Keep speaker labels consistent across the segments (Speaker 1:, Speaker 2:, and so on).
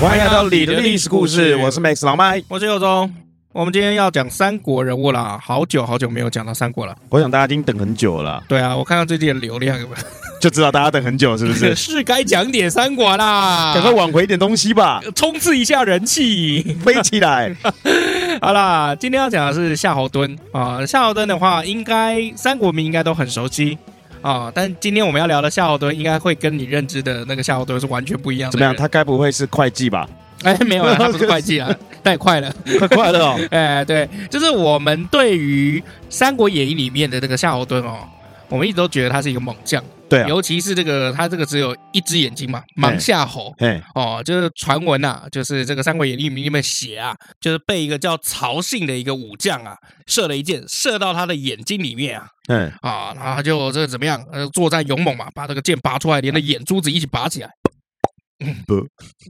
Speaker 1: 欢迎来到你的历史故事，我是 Max 老麦。
Speaker 2: 我是佑宗。我们今天要讲三国人物啦，好久好久没有讲到三国了。
Speaker 1: 我想大家已经等很久了，
Speaker 2: 对啊，我看到最近的流量有没有
Speaker 1: 就知道大家等很久是不 是？
Speaker 2: 是该讲点三国啦，
Speaker 1: 赶快挽回一点东西吧，
Speaker 2: 冲刺一下人气。
Speaker 1: 飞起 来！
Speaker 2: 好啦，今天要讲的是夏侯惇啊，夏侯惇的话，应该三国迷应该都很熟悉啊，但今天我们要聊的夏侯惇，应该会跟你认知的那个夏侯惇是完全不一样的。
Speaker 1: 怎么样？？他该不会是会计吧？
Speaker 2: 哎，没有啦，他不是会计啊，太快了。
Speaker 1: 快快乐哦！
Speaker 2: 哎，对，就是我们对于《三国演义》里面的这个夏侯惇哦，我们一直都觉得他是一个猛将，
Speaker 1: 对啊，
Speaker 2: 尤其是这个他这个只有一只眼睛嘛，盲夏侯。
Speaker 1: 哎，
Speaker 2: 哦，就是传闻呐、啊，就是这个《三国演义》里面写啊，就是被一个叫曹信的一个武将啊，射了一箭，射到他的眼睛里面啊，
Speaker 1: 嗯，
Speaker 2: 啊，然后他就这个怎么样？呃，作战勇猛嘛，把这个剑拔出来，连那眼珠子一起拔起来。嗯
Speaker 1: 不，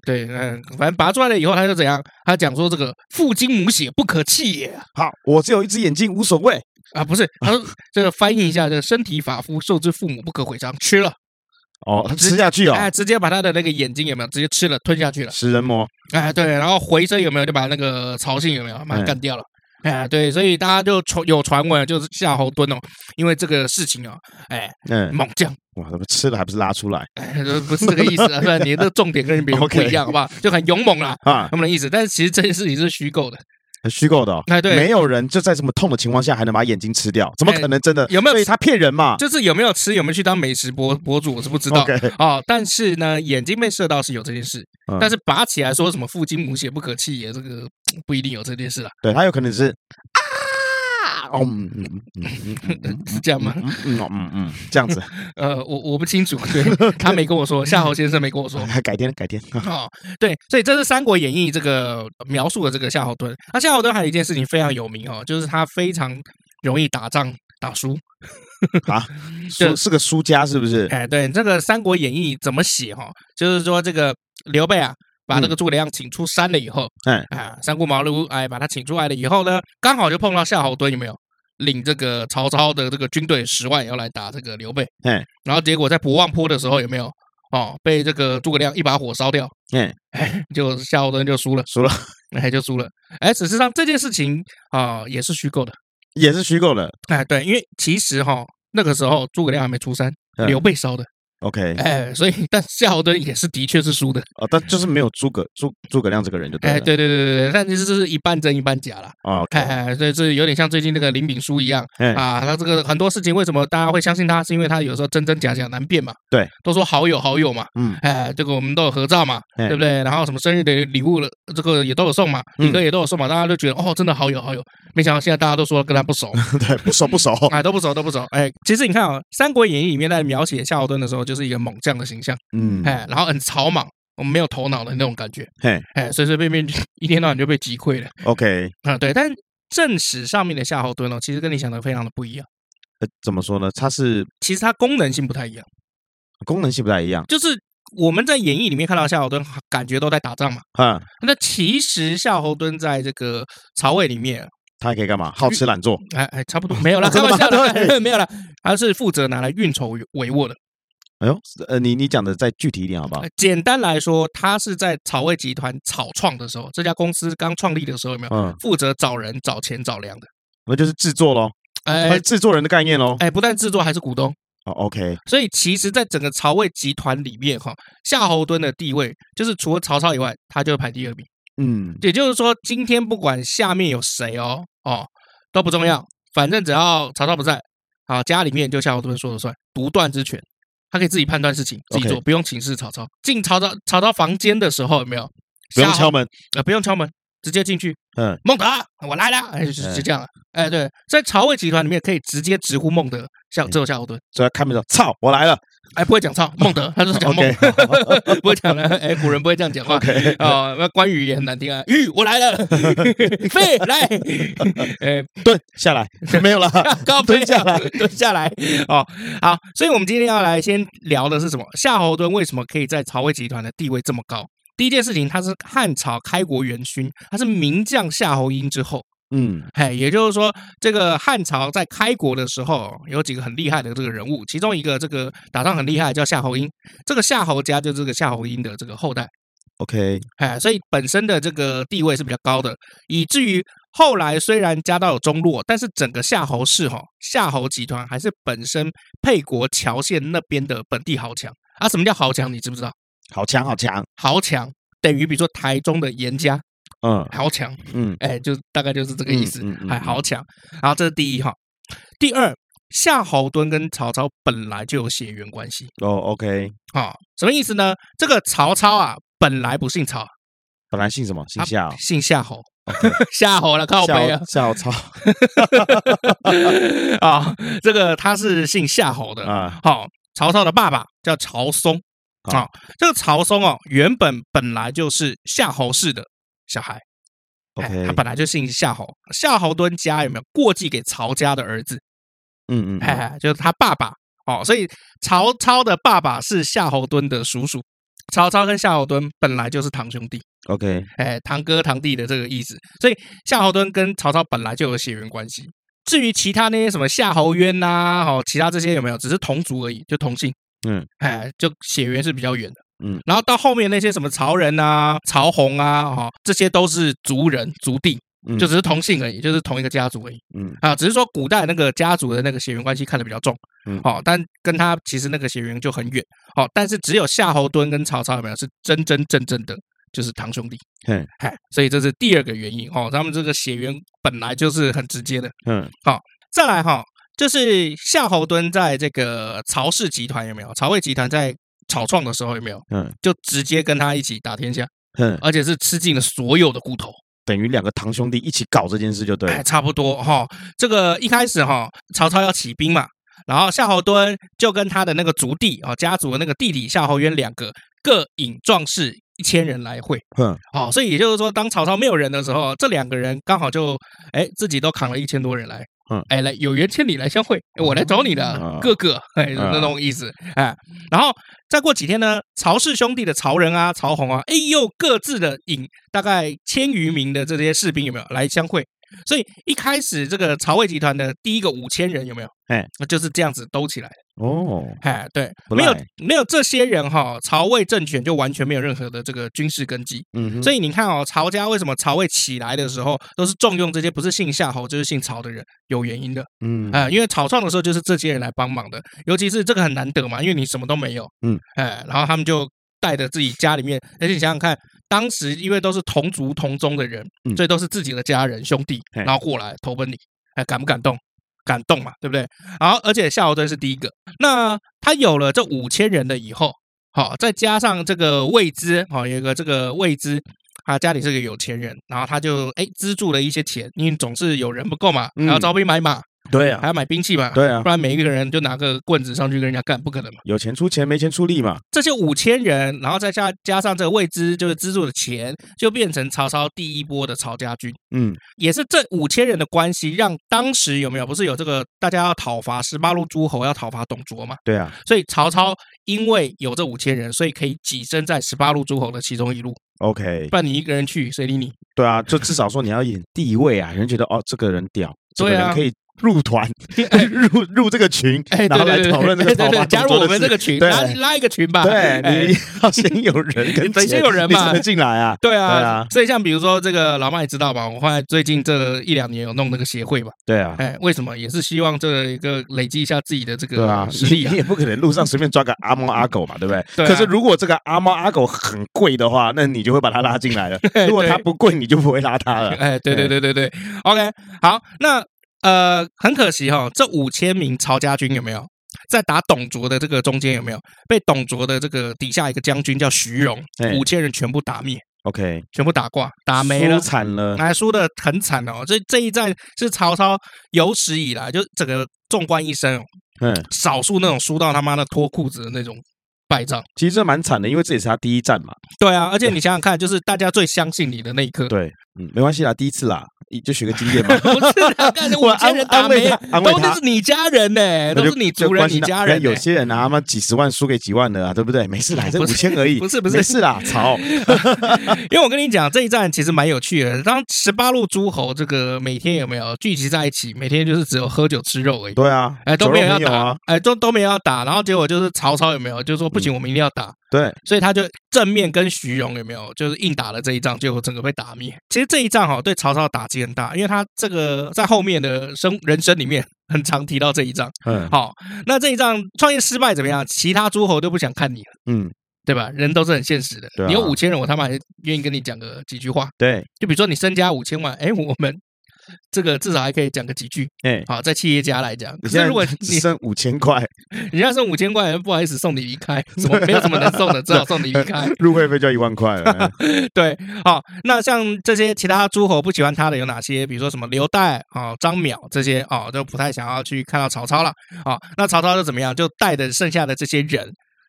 Speaker 2: 对，嗯，反正拔出来了以后，他就怎样？他讲说这个父精母血，不可弃也啊
Speaker 1: 好，我只有一只眼睛，无所谓。
Speaker 2: 啊，不是，他说这个翻译一下，这个身体发肤受之父母不可毁伤，吃了，
Speaker 1: 哦，他吃下去哦，
Speaker 2: 哎，直接把他的那个眼睛有没有直接吃了，吞下去了，
Speaker 1: 食人魔。
Speaker 2: 哎，对，然后回身有没有就把那个曹信有没有把他
Speaker 1: 嗯
Speaker 2: 干掉了。哎，对，所以大家就传有传闻，就是夏侯惇哦，因为这个事情哦，哎，
Speaker 1: 嗯，
Speaker 2: 猛将，
Speaker 1: 哇，他们吃了还不是拉出来
Speaker 2: 哎，不是这个意思 啊，不然你的重点跟别人不一样，好不好？就很勇猛啦，
Speaker 1: 啊？
Speaker 2: 他们的意思。但是其实这件事情是虚构 的，
Speaker 1: 虚构的哦。
Speaker 2: 哎，对，
Speaker 1: 没有人就在这么痛的情况下还能把眼睛吃掉，怎么
Speaker 2: 哎
Speaker 1: 可能真的？
Speaker 2: 有没有
Speaker 1: 所以他骗人嘛
Speaker 2: 就是有没有吃，有没有去当美食博博主，我是不知道。
Speaker 1: ？OK，
Speaker 2: 哦，但是呢，眼睛被射到是有这件事，
Speaker 1: 嗯
Speaker 2: 但是拔起来说什么父精母血不可弃也，这个不一定有这件事啦，
Speaker 1: 对他有可能是啊，哦，嗯嗯嗯嗯嗯嗯
Speaker 2: 是这样吗？
Speaker 1: 嗯嗯嗯嗯嗯，这样子，
Speaker 2: 呃，我我不清楚，对他没跟我说，夏侯先生没跟我说。
Speaker 1: 改天改天，
Speaker 2: 哦，对，所以这是《三国演义》这个呃描述的这个夏侯惇。那夏侯惇还有一件事情非常有名哦，就是他非常容易打仗打输。
Speaker 1: 输是个输家是不是？
Speaker 2: 哎，对，这个《三国演义》怎么写哈、就是说这个刘备啊，把那个诸葛亮请出山了以后，
Speaker 1: 嗯
Speaker 2: 啊，三顾茅庐，哎，把他请出来了以后呢，刚好就碰到夏侯惇，有没有？领这个曹操的这个军队十万要来打这个刘备，
Speaker 1: 嗯，
Speaker 2: 然后结果在博望坡的时候有没有？哦，被这个诸葛亮一把火烧掉，
Speaker 1: 嗯，
Speaker 2: 哎，就夏侯惇就输了，
Speaker 1: 输了
Speaker 2: 哎，就输了，哎，事实上这件事情啊、也是虚构的，
Speaker 1: 也是虚构的。
Speaker 2: 哎，对，因为其实哈、那个时候诸葛亮还没出山，
Speaker 1: 嗯
Speaker 2: 刘备烧的。
Speaker 1: OK，
Speaker 2: 哎，所以但夏侯惇也是的确是输的，
Speaker 1: 哦，但就是没有诸葛诸诸葛亮这个人就对
Speaker 2: 哎，
Speaker 1: 了。
Speaker 2: 对对对对对，但其实这是一半真一半假啦。
Speaker 1: 哦，OK，
Speaker 2: 哎哎，所以这有点像最近那个林炳书一样
Speaker 1: 嗯
Speaker 2: 啊，他这个很多事情为什么大家会相信他，是因为他有时候真真假假难辨嘛。
Speaker 1: 对，
Speaker 2: 都说好友好友嘛，
Speaker 1: 嗯，
Speaker 2: 哎，这个我们都有合照嘛，
Speaker 1: 嗯
Speaker 2: 对不对？然后什么生日的礼物了，这个也都有送嘛，
Speaker 1: 嗯
Speaker 2: 礼歌也都有送嘛，大家都觉得哦，真的好友好友。没想到现在大家都说跟他 不熟，
Speaker 1: 对，不熟不熟。
Speaker 2: 哎，都不熟都不熟。哎，其实你看啊，《三国演义》里面在描写夏侯惇的时候，就是一个猛将的形象。
Speaker 1: 嗯，
Speaker 2: 哎，然后很草莽，我们没有头脑的那种感觉，
Speaker 1: 嘿
Speaker 2: 哎，随随便便 一天到晚就被击溃了
Speaker 1: ，OK，
Speaker 2: 啊、对，但正史上面的夏侯惇呢，其实跟你想的非常的不一样，
Speaker 1: 呃怎么说呢？它是
Speaker 2: 其实它功能性不太一样，
Speaker 1: 功能性不太一样
Speaker 2: 就是我们在演义里面看到夏侯惇，感觉都在打仗嘛。
Speaker 1: 啊。
Speaker 2: 那其实夏侯惇在这个曹魏里面，
Speaker 1: 他还可以干嘛？好吃懒做
Speaker 2: 哎哎， 差不多没有啦，开
Speaker 1: 真的
Speaker 2: 玩
Speaker 1: 吗
Speaker 2: 笑
Speaker 1: 对
Speaker 2: 的，没有啦，他是负责拿来运筹帷幄的。
Speaker 1: 哎呦，呃，你你讲的再具体一点好不好
Speaker 2: 呃？简单来说，他是在曹魏集团草创的时候，这家公司刚创立的时候，有没有
Speaker 1: 嗯，
Speaker 2: 负责找人、找钱、找粮的？
Speaker 1: 那就是制作喽，它
Speaker 2: 哎
Speaker 1: 是制作人的概念喽。
Speaker 2: 哎，不但制作还是股东，
Speaker 1: 哦，OK，
Speaker 2: 所以其实，在整个曹魏集团里面，哈，夏侯惇的地位就是除了曹操以外，他就排第二名。
Speaker 1: 嗯，
Speaker 2: 也就是说，今天不管下面有谁哦，哦都不重要，反正只要曹操不在，啊，家里面就夏侯惇说了算，独断之权，他可以自己判断事情，自己
Speaker 1: OK
Speaker 2: 做，不用请示曹操。进曹操曹操房间的时候，有没有
Speaker 1: 不用
Speaker 2: 夏侯
Speaker 1: 敲门。
Speaker 2: 呃，不用敲门，直接进去。
Speaker 1: 嗯，
Speaker 2: 孟德，我来了，哎，就是
Speaker 1: 哎
Speaker 2: 就这样了。哎，对，在曹魏集团里面可以直接直呼孟德，像
Speaker 1: 嗯
Speaker 2: 只有夏侯惇，
Speaker 1: 所以他开门说：“操，我来了。
Speaker 2: 哎，不会讲操，孟德，他就是讲孟
Speaker 1: OK，好，
Speaker 2: 不会讲了，哎，古人不会这样讲话。
Speaker 1: ”OK，
Speaker 2: 哦，那关羽也很难听啊！吁，我来了，飞来，哎，啊
Speaker 1: 蹲下来，没有了。
Speaker 2: 高
Speaker 1: 蹲
Speaker 2: 飞
Speaker 1: 下来，
Speaker 2: 蹲下来。哦，好，所以我们今天要来先聊的是什么？夏侯惇为什么可以在曹魏集团的地位这么高？第一件事情，他是汉朝开国元勋，他是名将夏侯婴之后。
Speaker 1: 嗯
Speaker 2: 嘿，也就是说，这个汉朝在开国的时候，有几个很厉害的这个人物，其中一个这个打仗很厉害，叫夏侯婴。这个夏侯家就是这个夏侯婴的这个后代，
Speaker 1: ，OK，
Speaker 2: 哎，所以本身的这个地位是比较高的，以至于后来虽然家道有中落，但是整个夏侯氏哈、夏侯集团还是本身沛国谯县那边的本地豪强啊。什么叫豪强？你知不知道？
Speaker 1: 好强好强，
Speaker 2: 豪强等于比如说台中的严家
Speaker 1: 嗯
Speaker 2: 豪强，
Speaker 1: 嗯，
Speaker 2: 哎，就大概就是这个意思。
Speaker 1: 嗯嗯嗯
Speaker 2: 还豪强。然后这是第一哈，第二，夏侯惇跟曹操本来就有血缘关系
Speaker 1: 哦，OK，
Speaker 2: 啊、什么意思呢？这个曹操啊，本来不姓曹，
Speaker 1: 本来姓什么？姓
Speaker 2: 他
Speaker 1: 夏哦，
Speaker 2: 姓夏侯， 夏侯了，靠
Speaker 1: 夏
Speaker 2: 背啊
Speaker 1: 侯夏侯哦超
Speaker 2: 啊，这个他是姓夏侯 的。
Speaker 1: 啊，
Speaker 2: 好、曹操的爸爸叫曹嵩啊、
Speaker 1: 啊
Speaker 2: 这个曹嵩哦，原本本来就是夏侯氏的小孩。哎
Speaker 1: OK
Speaker 2: 他本来就姓夏侯，夏侯惇家有没有过继给曹家的儿子？
Speaker 1: 嗯嗯嗯，
Speaker 2: 哎，就是他爸爸哦，所以曹操的爸爸是夏侯惇的叔叔。曹操跟夏侯惇本来就是堂兄弟，
Speaker 1: ，OK，
Speaker 2: 哎，堂哥堂弟的这个意思，所以夏侯惇跟曹操本来就有血缘关系。至于其他那些什么夏侯渊呐、哦，其他这些有没有，只是同族而已，就同姓，
Speaker 1: 嗯，
Speaker 2: 哎，就血缘是比较远的，
Speaker 1: 嗯。
Speaker 2: 然后到后面那些什么曹仁啊、曹洪啊，哦，这些都是族人族弟，
Speaker 1: 嗯
Speaker 2: 就只是同姓而已，就是同一个家族而已。
Speaker 1: 嗯
Speaker 2: 啊，只是说古代那个家族的那个血缘关系看得比较重，
Speaker 1: 嗯
Speaker 2: 哦，但跟他其实那个血缘就很远，哦，但是只有夏侯惇跟曹操有没有是真真正正的，就是堂兄弟，
Speaker 1: 嘿，
Speaker 2: 哎，所以这是第二个原因哦，他们这个血缘本来就是很直接的。
Speaker 1: 嗯
Speaker 2: 再来哈、就是夏侯惇在这个曹氏集团有没有？曹魏集团在草创的时候有没有？
Speaker 1: 嗯
Speaker 2: 就直接跟他一起打天下，
Speaker 1: 嗯，
Speaker 2: 而且是吃尽了所有的骨头。
Speaker 1: 等于两个堂兄弟一起搞这件事就对
Speaker 2: 哎，
Speaker 1: 了，
Speaker 2: 差不多哈、这个一开始哈、曹操要起兵嘛，然后夏侯惇就跟他的那个族弟哦，家族的那个弟弟夏侯渊两个各引壮士一千人来会
Speaker 1: 哼，
Speaker 2: 哦，所以也就是说，当曹操没有人的时候，这两个人刚好就哎自己都扛了一千多人来。
Speaker 1: 嗯
Speaker 2: 哎，来有缘千里来相会，哎我来找
Speaker 1: 嗯
Speaker 2: 你的哥哥，哎，
Speaker 1: 嗯
Speaker 2: 那种意思，哎，然后再过几天呢，曹氏兄弟的曹仁啊、曹洪啊，哎，又各自的引大概千余名的这些士兵有没有来相会？所以一开始这个曹魏集团的第一个五千人有没有？
Speaker 1: 哎，
Speaker 2: 就是这样子兜起来的。
Speaker 1: 哦，
Speaker 2: 哎，对，
Speaker 1: 不
Speaker 2: 没有
Speaker 1: 赖
Speaker 2: 没有这些人哈、曹魏政权就完全没有任何的这个军事根基。
Speaker 1: 嗯哼，
Speaker 2: 所以你看哦，曹家为什么曹魏起来的时候都是重用这些不是姓夏侯就是姓曹的人，有原因的
Speaker 1: 嗯
Speaker 2: 啊、因为草创的时候就是这些人来帮忙的，尤其是这个很难得嘛，因为你什么都没有，
Speaker 1: 嗯，
Speaker 2: 哎，然后他们就带着自己家里面，而且你想想看，当时因为都是同族同宗的人，
Speaker 1: 嗯
Speaker 2: 所以都是自己的家人兄弟，
Speaker 1: 嘿
Speaker 2: 然后过来投奔你，哎，感不感动？感动嘛，对不对？然后而且夏侯惇是第一个，那他有了这五千人的以后，好、再加上这个魏资，好、有一个这个魏资，他家里是个有钱人，然后他就哎资助了一些钱，因为总是有人不够嘛，
Speaker 1: 嗯
Speaker 2: 然后招兵买马，
Speaker 1: 对啊
Speaker 2: 还，要买兵器嘛，
Speaker 1: 对啊
Speaker 2: 哎不，然每一个人就拿个棍子上去跟人家干，不可能嘛。
Speaker 1: 有钱出钱，没钱出力嘛，
Speaker 2: 这些五千人，然后再加加上这个未知就是资助的钱，就变成曹操第一波的曹家军。
Speaker 1: 嗯
Speaker 2: 也是这五千人的关系，让当时有没有不是有这个大家要讨伐十八路诸侯，要讨伐董卓嘛？
Speaker 1: 对啊，
Speaker 2: 所以曹操因为有这五千人，所以可以跻身在十八路诸侯的其中一路。
Speaker 1: OK，
Speaker 2: 不然你一个人去，谁理你？
Speaker 1: 对啊，就至少说你要演地位啊，人觉得哦，这个人屌，这个
Speaker 2: 对啊
Speaker 1: 人可以入团，
Speaker 2: 哎
Speaker 1: 入入这个群，
Speaker 2: 哎，
Speaker 1: 然
Speaker 2: 对
Speaker 1: 后
Speaker 2: 对
Speaker 1: 来
Speaker 2: 对，
Speaker 1: 讨论这个
Speaker 2: 对
Speaker 1: 讨
Speaker 2: 对
Speaker 1: 伐
Speaker 2: 对加入
Speaker 1: 董卓的
Speaker 2: 我们
Speaker 1: 事
Speaker 2: 这个群，
Speaker 1: 对
Speaker 2: 拉拉一个群吧。
Speaker 1: 对，
Speaker 2: 哎
Speaker 1: 你要先有人跟
Speaker 2: 得先
Speaker 1: 钱
Speaker 2: 有人
Speaker 1: 你
Speaker 2: 嘛
Speaker 1: 才能进来啊。
Speaker 2: 对啊，
Speaker 1: 对啊
Speaker 2: 所以像比如说这个老麦知道吧，我后来最近这一两年有弄那个协会嘛，
Speaker 1: 对啊，
Speaker 2: 哎，为什么也是希望这一个累积一下自己的这
Speaker 1: 对啊
Speaker 2: 个，实
Speaker 1: 你
Speaker 2: 力啊
Speaker 1: 你？也不可能路上随便抓个阿猫阿狗嘛，对不对？
Speaker 2: 对啊
Speaker 1: 可是如果这个阿猫阿狗很贵的话，那你就会把它拉进来了
Speaker 2: 对。
Speaker 1: 如果它不贵，你就不会拉它 了。
Speaker 2: 哎，对对对对对，OK，好，那呃，很可惜哈、这五千名曹家军有没有在打董卓的这个中间有没有被董卓的这个底下一个将军叫徐荣
Speaker 1: 哎，
Speaker 2: 五千人全部打灭，
Speaker 1: OK，
Speaker 2: 全部打挂，打啊没了
Speaker 1: 输。惨了。
Speaker 2: 哎，输的很惨哦！这这一战是曹操有史以来就整个纵观一生哦，
Speaker 1: 嗯，
Speaker 2: 少数那种输到他妈的脱裤子的那种败仗。
Speaker 1: 其实这蛮惨的，因为这也是他第一站嘛。
Speaker 2: 对啊，而且你想想看，就是大家最相信你的那一刻，
Speaker 1: 对，嗯，没关系啦，第一次啦，你就学个经验嘛。
Speaker 2: 不是啊，干
Speaker 1: 我
Speaker 2: 五千人打
Speaker 1: 安慰
Speaker 2: 没啊
Speaker 1: 他，安慰
Speaker 2: 都
Speaker 1: 他
Speaker 2: 是你家人呢，都
Speaker 1: 那就是
Speaker 2: 你
Speaker 1: 就
Speaker 2: 族人、
Speaker 1: 关
Speaker 2: 你
Speaker 1: 心他
Speaker 2: 家人欸呢。
Speaker 1: 有些人啊，他妈几十万输给几万的啊，对不对？没事啦，这
Speaker 2: 不
Speaker 1: 五
Speaker 2: 是
Speaker 1: 千而已，
Speaker 2: 不是不是
Speaker 1: 没事啦， 操！
Speaker 2: 因为我跟你讲，这一站其实蛮有趣的。当十八路诸侯这个每天有没有聚集在一起？每天就是只有喝酒吃肉而已，
Speaker 1: 对啊，
Speaker 2: 哎，都
Speaker 1: 酒
Speaker 2: 没
Speaker 1: 肉
Speaker 2: 有要
Speaker 1: 朋友
Speaker 2: 打
Speaker 1: 啊，，嗯
Speaker 2: 哎，都都没有要打。然后结果就是曹操有没有就说不行，我们一定要打，
Speaker 1: 对，
Speaker 2: 所以他就正面跟徐荣有没有就是硬打了这一仗，结果整个被打灭。其实这一仗哈、哦对曹操的打击很大，因为他这个在后面的生人生里面很常提到这一仗。
Speaker 1: 嗯
Speaker 2: 好、那这一仗创业失败怎么样？其他诸侯都不想看你了。
Speaker 1: 嗯，
Speaker 2: 对吧？人都是很现实的。
Speaker 1: 对啊
Speaker 2: 你有五千人，我他妈还愿意跟你讲个几句话。
Speaker 1: 对，
Speaker 2: 就比如说你身家五千万，哎，我们这个至少还可以讲个几句。
Speaker 1: 哎，
Speaker 2: 好，在企业家来讲，可
Speaker 1: 你
Speaker 2: 是
Speaker 1: 现
Speaker 2: 如果
Speaker 1: 在只
Speaker 2: 你
Speaker 1: 剩五千块，
Speaker 2: 人家送五千块，不好意思送你离开，什么没有什么能送 的，只好送你离开。
Speaker 1: 入会费就要一万块了。
Speaker 2: 对，好，那像这些其他诸侯不喜欢他的有哪些？比如说什么刘岱啊、张邈这些啊，就不太想要去看到曹操了啊。那曹操就怎么样？就带着剩下的这些人，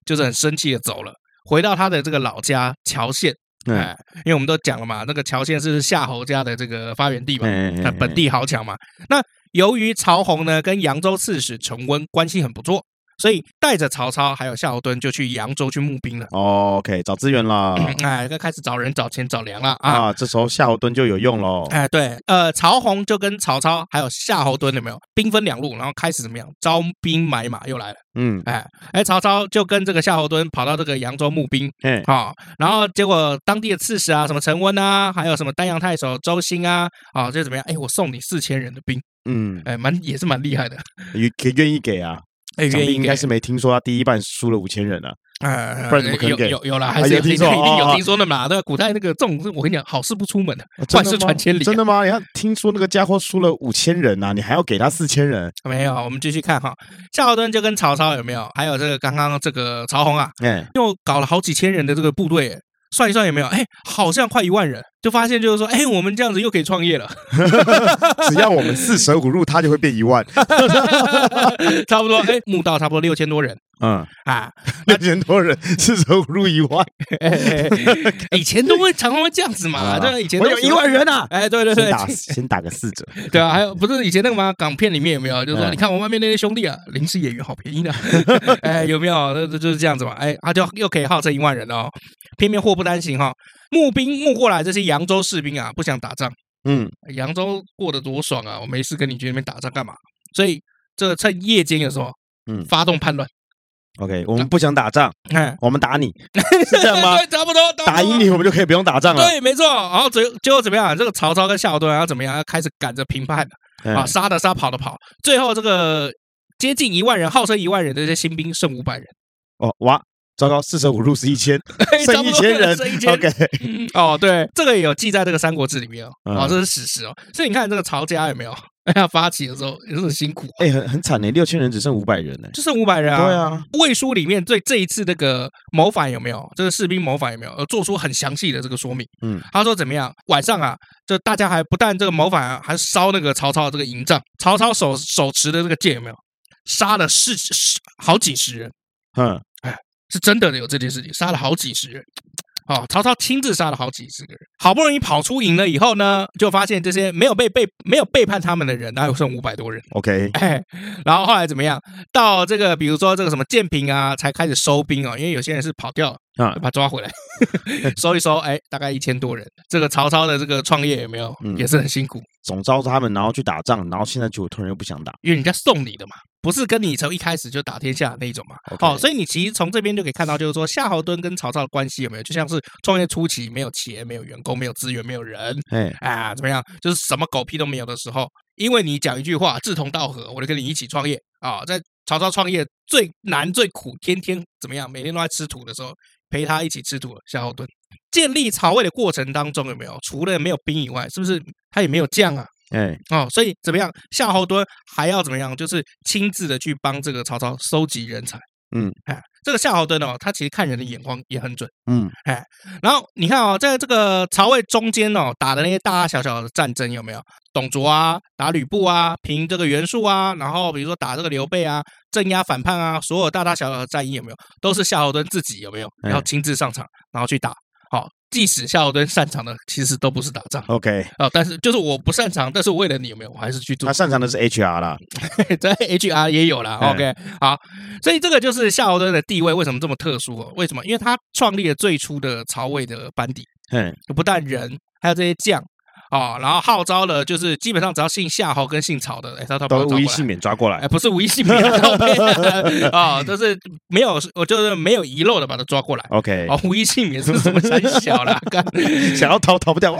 Speaker 2: 就是很生气的走了，回到他的这个老家乔县。
Speaker 1: 嗯
Speaker 2: 哎，因为我们都讲了嘛，那个乔县是夏侯家的这个发源地嘛，
Speaker 1: 哎
Speaker 2: 那本地豪强嘛。那由于曹洪呢跟扬州刺史陈温关系很不错，所以带着曹操还有夏侯惇就去扬州去募兵了。
Speaker 1: 哦，OK，找资源啦。
Speaker 2: 哎，开始找人、找钱、找粮了啊！
Speaker 1: 啊，这时候夏侯惇就有用喽。
Speaker 2: 哎，对，呃，曹洪就跟曹操还有夏侯惇有没有兵分两路，然后开始怎么样招兵买马，又来了。
Speaker 1: 嗯，
Speaker 2: 哎，哎，曹操就跟这个夏侯惇跑到这个扬州募兵，
Speaker 1: 哎，
Speaker 2: 啊、然后结果当地的刺史啊，什么陈温啊，还有什么丹阳太守周兴啊，啊、就怎么样？哎，我送你四千人的兵，
Speaker 1: 嗯，
Speaker 2: 哎，蛮也是蛮厉害 的，
Speaker 1: 也可以愿意给啊。
Speaker 2: 哎，
Speaker 1: 想
Speaker 2: 愿
Speaker 1: 必
Speaker 2: 意
Speaker 1: 应
Speaker 2: 给
Speaker 1: 该是，没听说他第一半输了五千人啊。
Speaker 2: 呃，
Speaker 1: 不然怎么可能
Speaker 2: 有
Speaker 1: 给
Speaker 2: 有有啦，还
Speaker 1: 啊
Speaker 2: 是
Speaker 1: 有
Speaker 2: 有
Speaker 1: 听说
Speaker 2: 一定
Speaker 1: 哦
Speaker 2: 有
Speaker 1: 哦
Speaker 2: 听说的嘛？对吧，古代那个这种，我跟你讲，好事不出门的，
Speaker 1: 啊真
Speaker 2: 万
Speaker 1: 的
Speaker 2: 事
Speaker 1: 吗
Speaker 2: 传千里啊。
Speaker 1: 真的吗？你看， 听说那个家伙输了五千人呐、啊，你还要给他四千人？
Speaker 2: 没有，我们继续看哈，夏侯惇就跟曹操有没有，还有这个刚刚这个曹洪啊，
Speaker 1: 哎，
Speaker 2: 又搞了好几千人的这个部队，算一算有没有？哎，好像快一万人，就发现就是说，哎，我们这样子又可以创业了。
Speaker 1: 只要我们四舍五入，他就会变一 万。
Speaker 2: 差不多，哎，募到差不多六千多人
Speaker 1: 嗯，
Speaker 2: 啊，
Speaker 1: 六千多人，四舍五入一万。
Speaker 2: 以前都会常常会这样子嘛，
Speaker 1: 哎啊
Speaker 2: 对，以前
Speaker 1: 我
Speaker 2: 都
Speaker 1: 有
Speaker 2: 是
Speaker 1: 一万人啊！
Speaker 2: 哎，对对
Speaker 1: 先
Speaker 2: 对，
Speaker 1: 打先打个四折，
Speaker 2: 对啊，还有不是以前那个嘛，港片里面有没有？就是说，
Speaker 1: 嗯
Speaker 2: 你看我外面那些兄弟啊，临时演员好 便宜的，哎，有没有？那就是这样子嘛，哎，他就又可以号称一万人哦。偏偏祸不单行哈、募兵募过来这些扬州士兵啊，不想打仗，
Speaker 1: 嗯，
Speaker 2: 扬州过得多爽啊！我没事跟你去那边打仗干嘛？所以这趁夜间的时候，
Speaker 1: 嗯
Speaker 2: 发动叛乱，
Speaker 1: OK，我们不想打仗，
Speaker 2: 哎，
Speaker 1: 我们打你，是这样吗？
Speaker 2: 对，差不多，差不多啊
Speaker 1: 打赢你，我们就可以不用打仗了。
Speaker 2: 对，没错。然后最最后怎么样？这个曹操跟夏侯惇要怎么样？要开始赶着平叛了
Speaker 1: 嗯
Speaker 2: 啊，杀的杀，跑的跑。最后这个接近一万人，号称一万人的这些新兵剩五百人，
Speaker 1: 哦，哇，糟糕，四舍五入是一 千，
Speaker 2: 差
Speaker 1: 剩
Speaker 2: 不
Speaker 1: 一
Speaker 2: 多
Speaker 1: 千人
Speaker 2: 剩一。千
Speaker 1: OK，
Speaker 2: 哦，对，这个也有记在这个《三国志》里面哦，
Speaker 1: 嗯
Speaker 2: 哦，这是史实哦。所以你看这个曹家有没 有？要发起的时候也是很辛苦，啊
Speaker 1: 哎，很很惨呢，六千人只剩五百人呢。
Speaker 2: 就剩五百人啊。
Speaker 1: 对。啊，
Speaker 2: 魏书里面对这一次这个谋反有没有，这个士兵谋反有没有，呃，做出很详细的这个说明。
Speaker 1: 嗯，
Speaker 2: 他说怎么样？晚上啊，就大家还不但这个谋反、啊，还烧那个曹操的这个营帐。曹操手手持的这个剑有没有？杀了是是好几十人，
Speaker 1: 嗯，
Speaker 2: 是真的有这件事情，杀了好几十人。哦，曹操亲自杀了好几十个人，好不容易跑出营了以后呢，就发现这些没有被背没有背叛他们的人，还有剩五百多人。
Speaker 1: OK，
Speaker 2: 哎，然后后来怎么样？到这个比如说这个什么建平啊，才开始收兵哦，因为有些人是跑掉了，
Speaker 1: 啊
Speaker 2: 把他抓回 来，收一收，哎，大概一千多人。这个曹操的这个创业有没有
Speaker 1: 嗯
Speaker 2: 也是很辛苦，
Speaker 1: 总招他们，然后去打仗，然后现在就突然又不想打。
Speaker 2: 因为人家送你的嘛，不是跟你从一开始就打天下的那一种嘛。
Speaker 1: OK
Speaker 2: 好，所以你其实从这边就可以看到，就是说夏侯惇跟曹操的关系有没有，就像是创业初期没有钱、没有员工、没有资源、没有人
Speaker 1: 哎，
Speaker 2: 啊，怎么样？就是什么狗屁都没有的时候，因为你讲一句话志同道合，我就跟你一起创业啊。在曹操创业最难最苦，天天怎么样，每天都在吃土的时候，陪他一起吃土的夏侯惇。建立曹魏的过程当中，有没有除了没有兵以外，是不是他也没有将啊？
Speaker 1: 哎，
Speaker 2: 哦，所以怎么样？夏侯惇还要怎么样？就是亲自的去帮这个曹操收集人才。
Speaker 1: 嗯，
Speaker 2: 哎，这个夏侯惇哦，他其实看人的眼光也很准。
Speaker 1: 嗯，
Speaker 2: 然后你看哦，在这个曹魏中间哦，打的那些大大小小的战争有没有？董卓啊，打吕布啊，平这个袁术啊，然后比如说打这个刘备啊，镇压反叛啊，所有大大小小的战役有没有？都是夏侯惇自己有没有？
Speaker 1: 哎
Speaker 2: 然后亲自上场，然后去打。好、即使夏侯惇擅长的其实都不是打仗
Speaker 1: OK，
Speaker 2: 啊、但是就是我不擅长，但是我为了你有没有，我还是去做
Speaker 1: 他。擅长的是 HR 啦，
Speaker 2: 在 HR 也有啦。
Speaker 1: 嗯
Speaker 2: OK，好，所以这个就是夏侯惇的地位为什么这么特殊、哦？为什么？因为他创立了最初的曹魏的班底，
Speaker 1: 嗯，
Speaker 2: 不但人，还有这些将啊、然后号召了，就是基本上只要姓夏侯跟姓曹的，哎，他他
Speaker 1: 都无一幸
Speaker 2: 姓。
Speaker 1: 免抓过来
Speaker 2: 哎，。不是无一姓名啊靠背啊，哦就是没有，我就是没有遗漏的把他抓过来。
Speaker 1: OK，
Speaker 2: 哦，无一姓名是什么三小 啦？干
Speaker 1: 想要逃逃不掉，哇，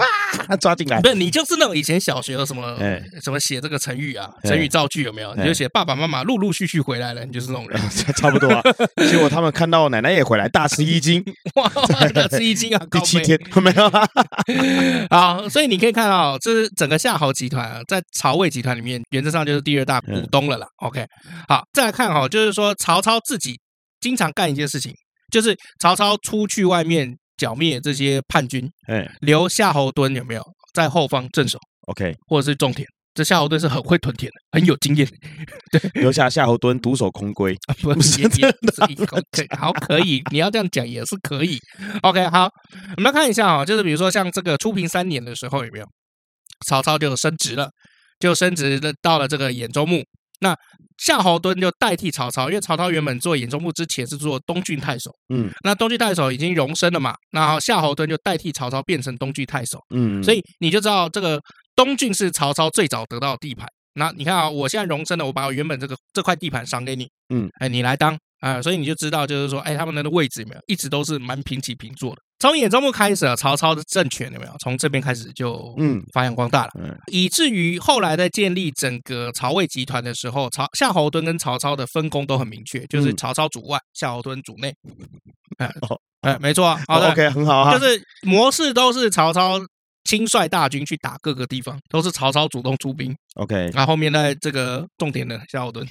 Speaker 1: 抓进来
Speaker 2: 不。是你就是那种以前小学有 什么
Speaker 1: 哎
Speaker 2: 什么写这个成语啊、
Speaker 1: 哎
Speaker 2: 成语造句有没有？你就
Speaker 1: 哎
Speaker 2: 写爸爸妈妈陆陆续续回来了，你就是那 种人。
Speaker 1: 差不多啊，结果他们看到我奶奶也回来，大吃一惊。
Speaker 2: 哇，那是一斤啊，
Speaker 1: 第
Speaker 2: 高
Speaker 1: 七
Speaker 2: 飞
Speaker 1: 天没有 啦，
Speaker 2: 啊，所以你可以看到，这是整个夏侯集团啊，在曹魏集团里面，原则上就是第二大股东了啦。OK，好，再来看哈、就是说曹操自己经常干一件事情，就是曹操出去外面剿灭这些叛军，
Speaker 1: 哎
Speaker 2: 留夏侯惇有没有在后方镇守，
Speaker 1: ，OK，
Speaker 2: 或者是种田？这夏侯惇是很会屯田的，很有经验。
Speaker 1: 留下夏侯惇独守空闺。
Speaker 2: 啊 不是也也是一口可好可以，你要这样讲也是可以。OK，好，我们来看一下啊、就是比如说像这个初平三年的时候有没有，曹操就升职了，就升职的到了这个兖州牧。那夏侯惇就代替曹操，因为曹操原本做兖州牧之前是做东郡太守，
Speaker 1: 嗯
Speaker 2: 那东郡太守已经荣升了嘛，然后夏侯惇就代替曹操变成东郡太守。
Speaker 1: 嗯，
Speaker 2: 所以你就知道这个东郡是曹操最早得到的地盘。那你看啊，我现在荣升了，我把我原本这个这块地盘赏给你，
Speaker 1: 嗯，
Speaker 2: 哎，你来当啊、所以你就知道，就是说，哎，他们的位置有没有一直都是蛮平起平坐的。从兖州牧开始啊，曹操的政权有没有从这边开始就
Speaker 1: 嗯
Speaker 2: 发扬光大了，
Speaker 1: 嗯
Speaker 2: 以至于后来在建立整个曹魏集团的时候，曹夏侯惇跟曹操的分工都很明确，就是
Speaker 1: 嗯
Speaker 2: 曹操主外，夏侯惇主内。哎、
Speaker 1: 哦
Speaker 2: 哎，没错啊，好的、
Speaker 1: 哦，OK，很好啊，
Speaker 2: 就是模式都是曹操亲率大军去打各个地方，都是曹操主动出兵，
Speaker 1: OK，
Speaker 2: 然后后面在这个重点的夏侯惇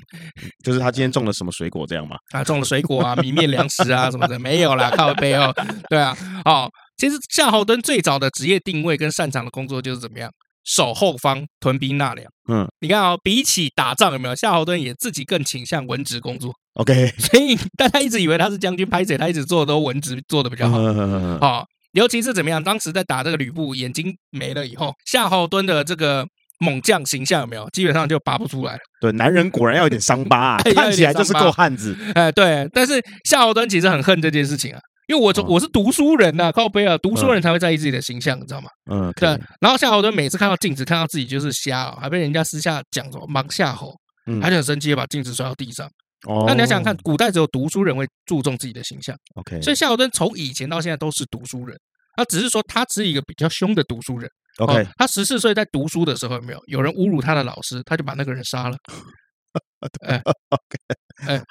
Speaker 1: 就是他今天种了什么水果这样嘛。
Speaker 2: 啊，种了水果啊、米面粮食啊什么的，没有啦，靠背哦，对啊，哦，其实夏侯惇最早的职业定位跟擅长的工作就是怎么样，守后方、屯兵纳粮。
Speaker 1: 嗯
Speaker 2: 你看啊、哦，比起打仗有没有，夏侯惇也自己更倾向文职工作，
Speaker 1: ，OK，
Speaker 2: 所以大家一直以为他是将军拍谁，他一直做的都文职做的比较好。
Speaker 1: 嗯
Speaker 2: 哦，尤其是怎么样，当时在打这个吕布，眼睛没了以后，夏侯惇的这个猛将形象有没有，基本上就拔不出来了。
Speaker 1: 对，男人果然要有点伤疤、啊
Speaker 2: 要有，点
Speaker 1: 看起来就是
Speaker 2: 伤疤
Speaker 1: 够汉子。
Speaker 2: 哎，对，但是夏侯惇其实很恨这件事情啊。因为我从
Speaker 1: 哦
Speaker 2: 我是读书人呐、靠背啊，读书人才会在意自己的形象，你知道吗？
Speaker 1: 嗯，
Speaker 2: 对
Speaker 1: 可以。。
Speaker 2: 然后夏侯惇每次看到镜子，看到自己就是瞎、哦，还被人家私下讲说忙夏侯，
Speaker 1: 嗯
Speaker 2: 他就很生气，把镜子摔到地上。
Speaker 1: 哦
Speaker 2: 那你要想想看，古代只有读书人会注重自己的形象，
Speaker 1: ，OK，
Speaker 2: 所以夏侯惇从以前到现在都是读书人，他只是说他是一个比较凶的读书人。
Speaker 1: OK，
Speaker 2: 哦他十四岁在读书的时候，有没有有人侮辱他的老师，他就把那个人杀了。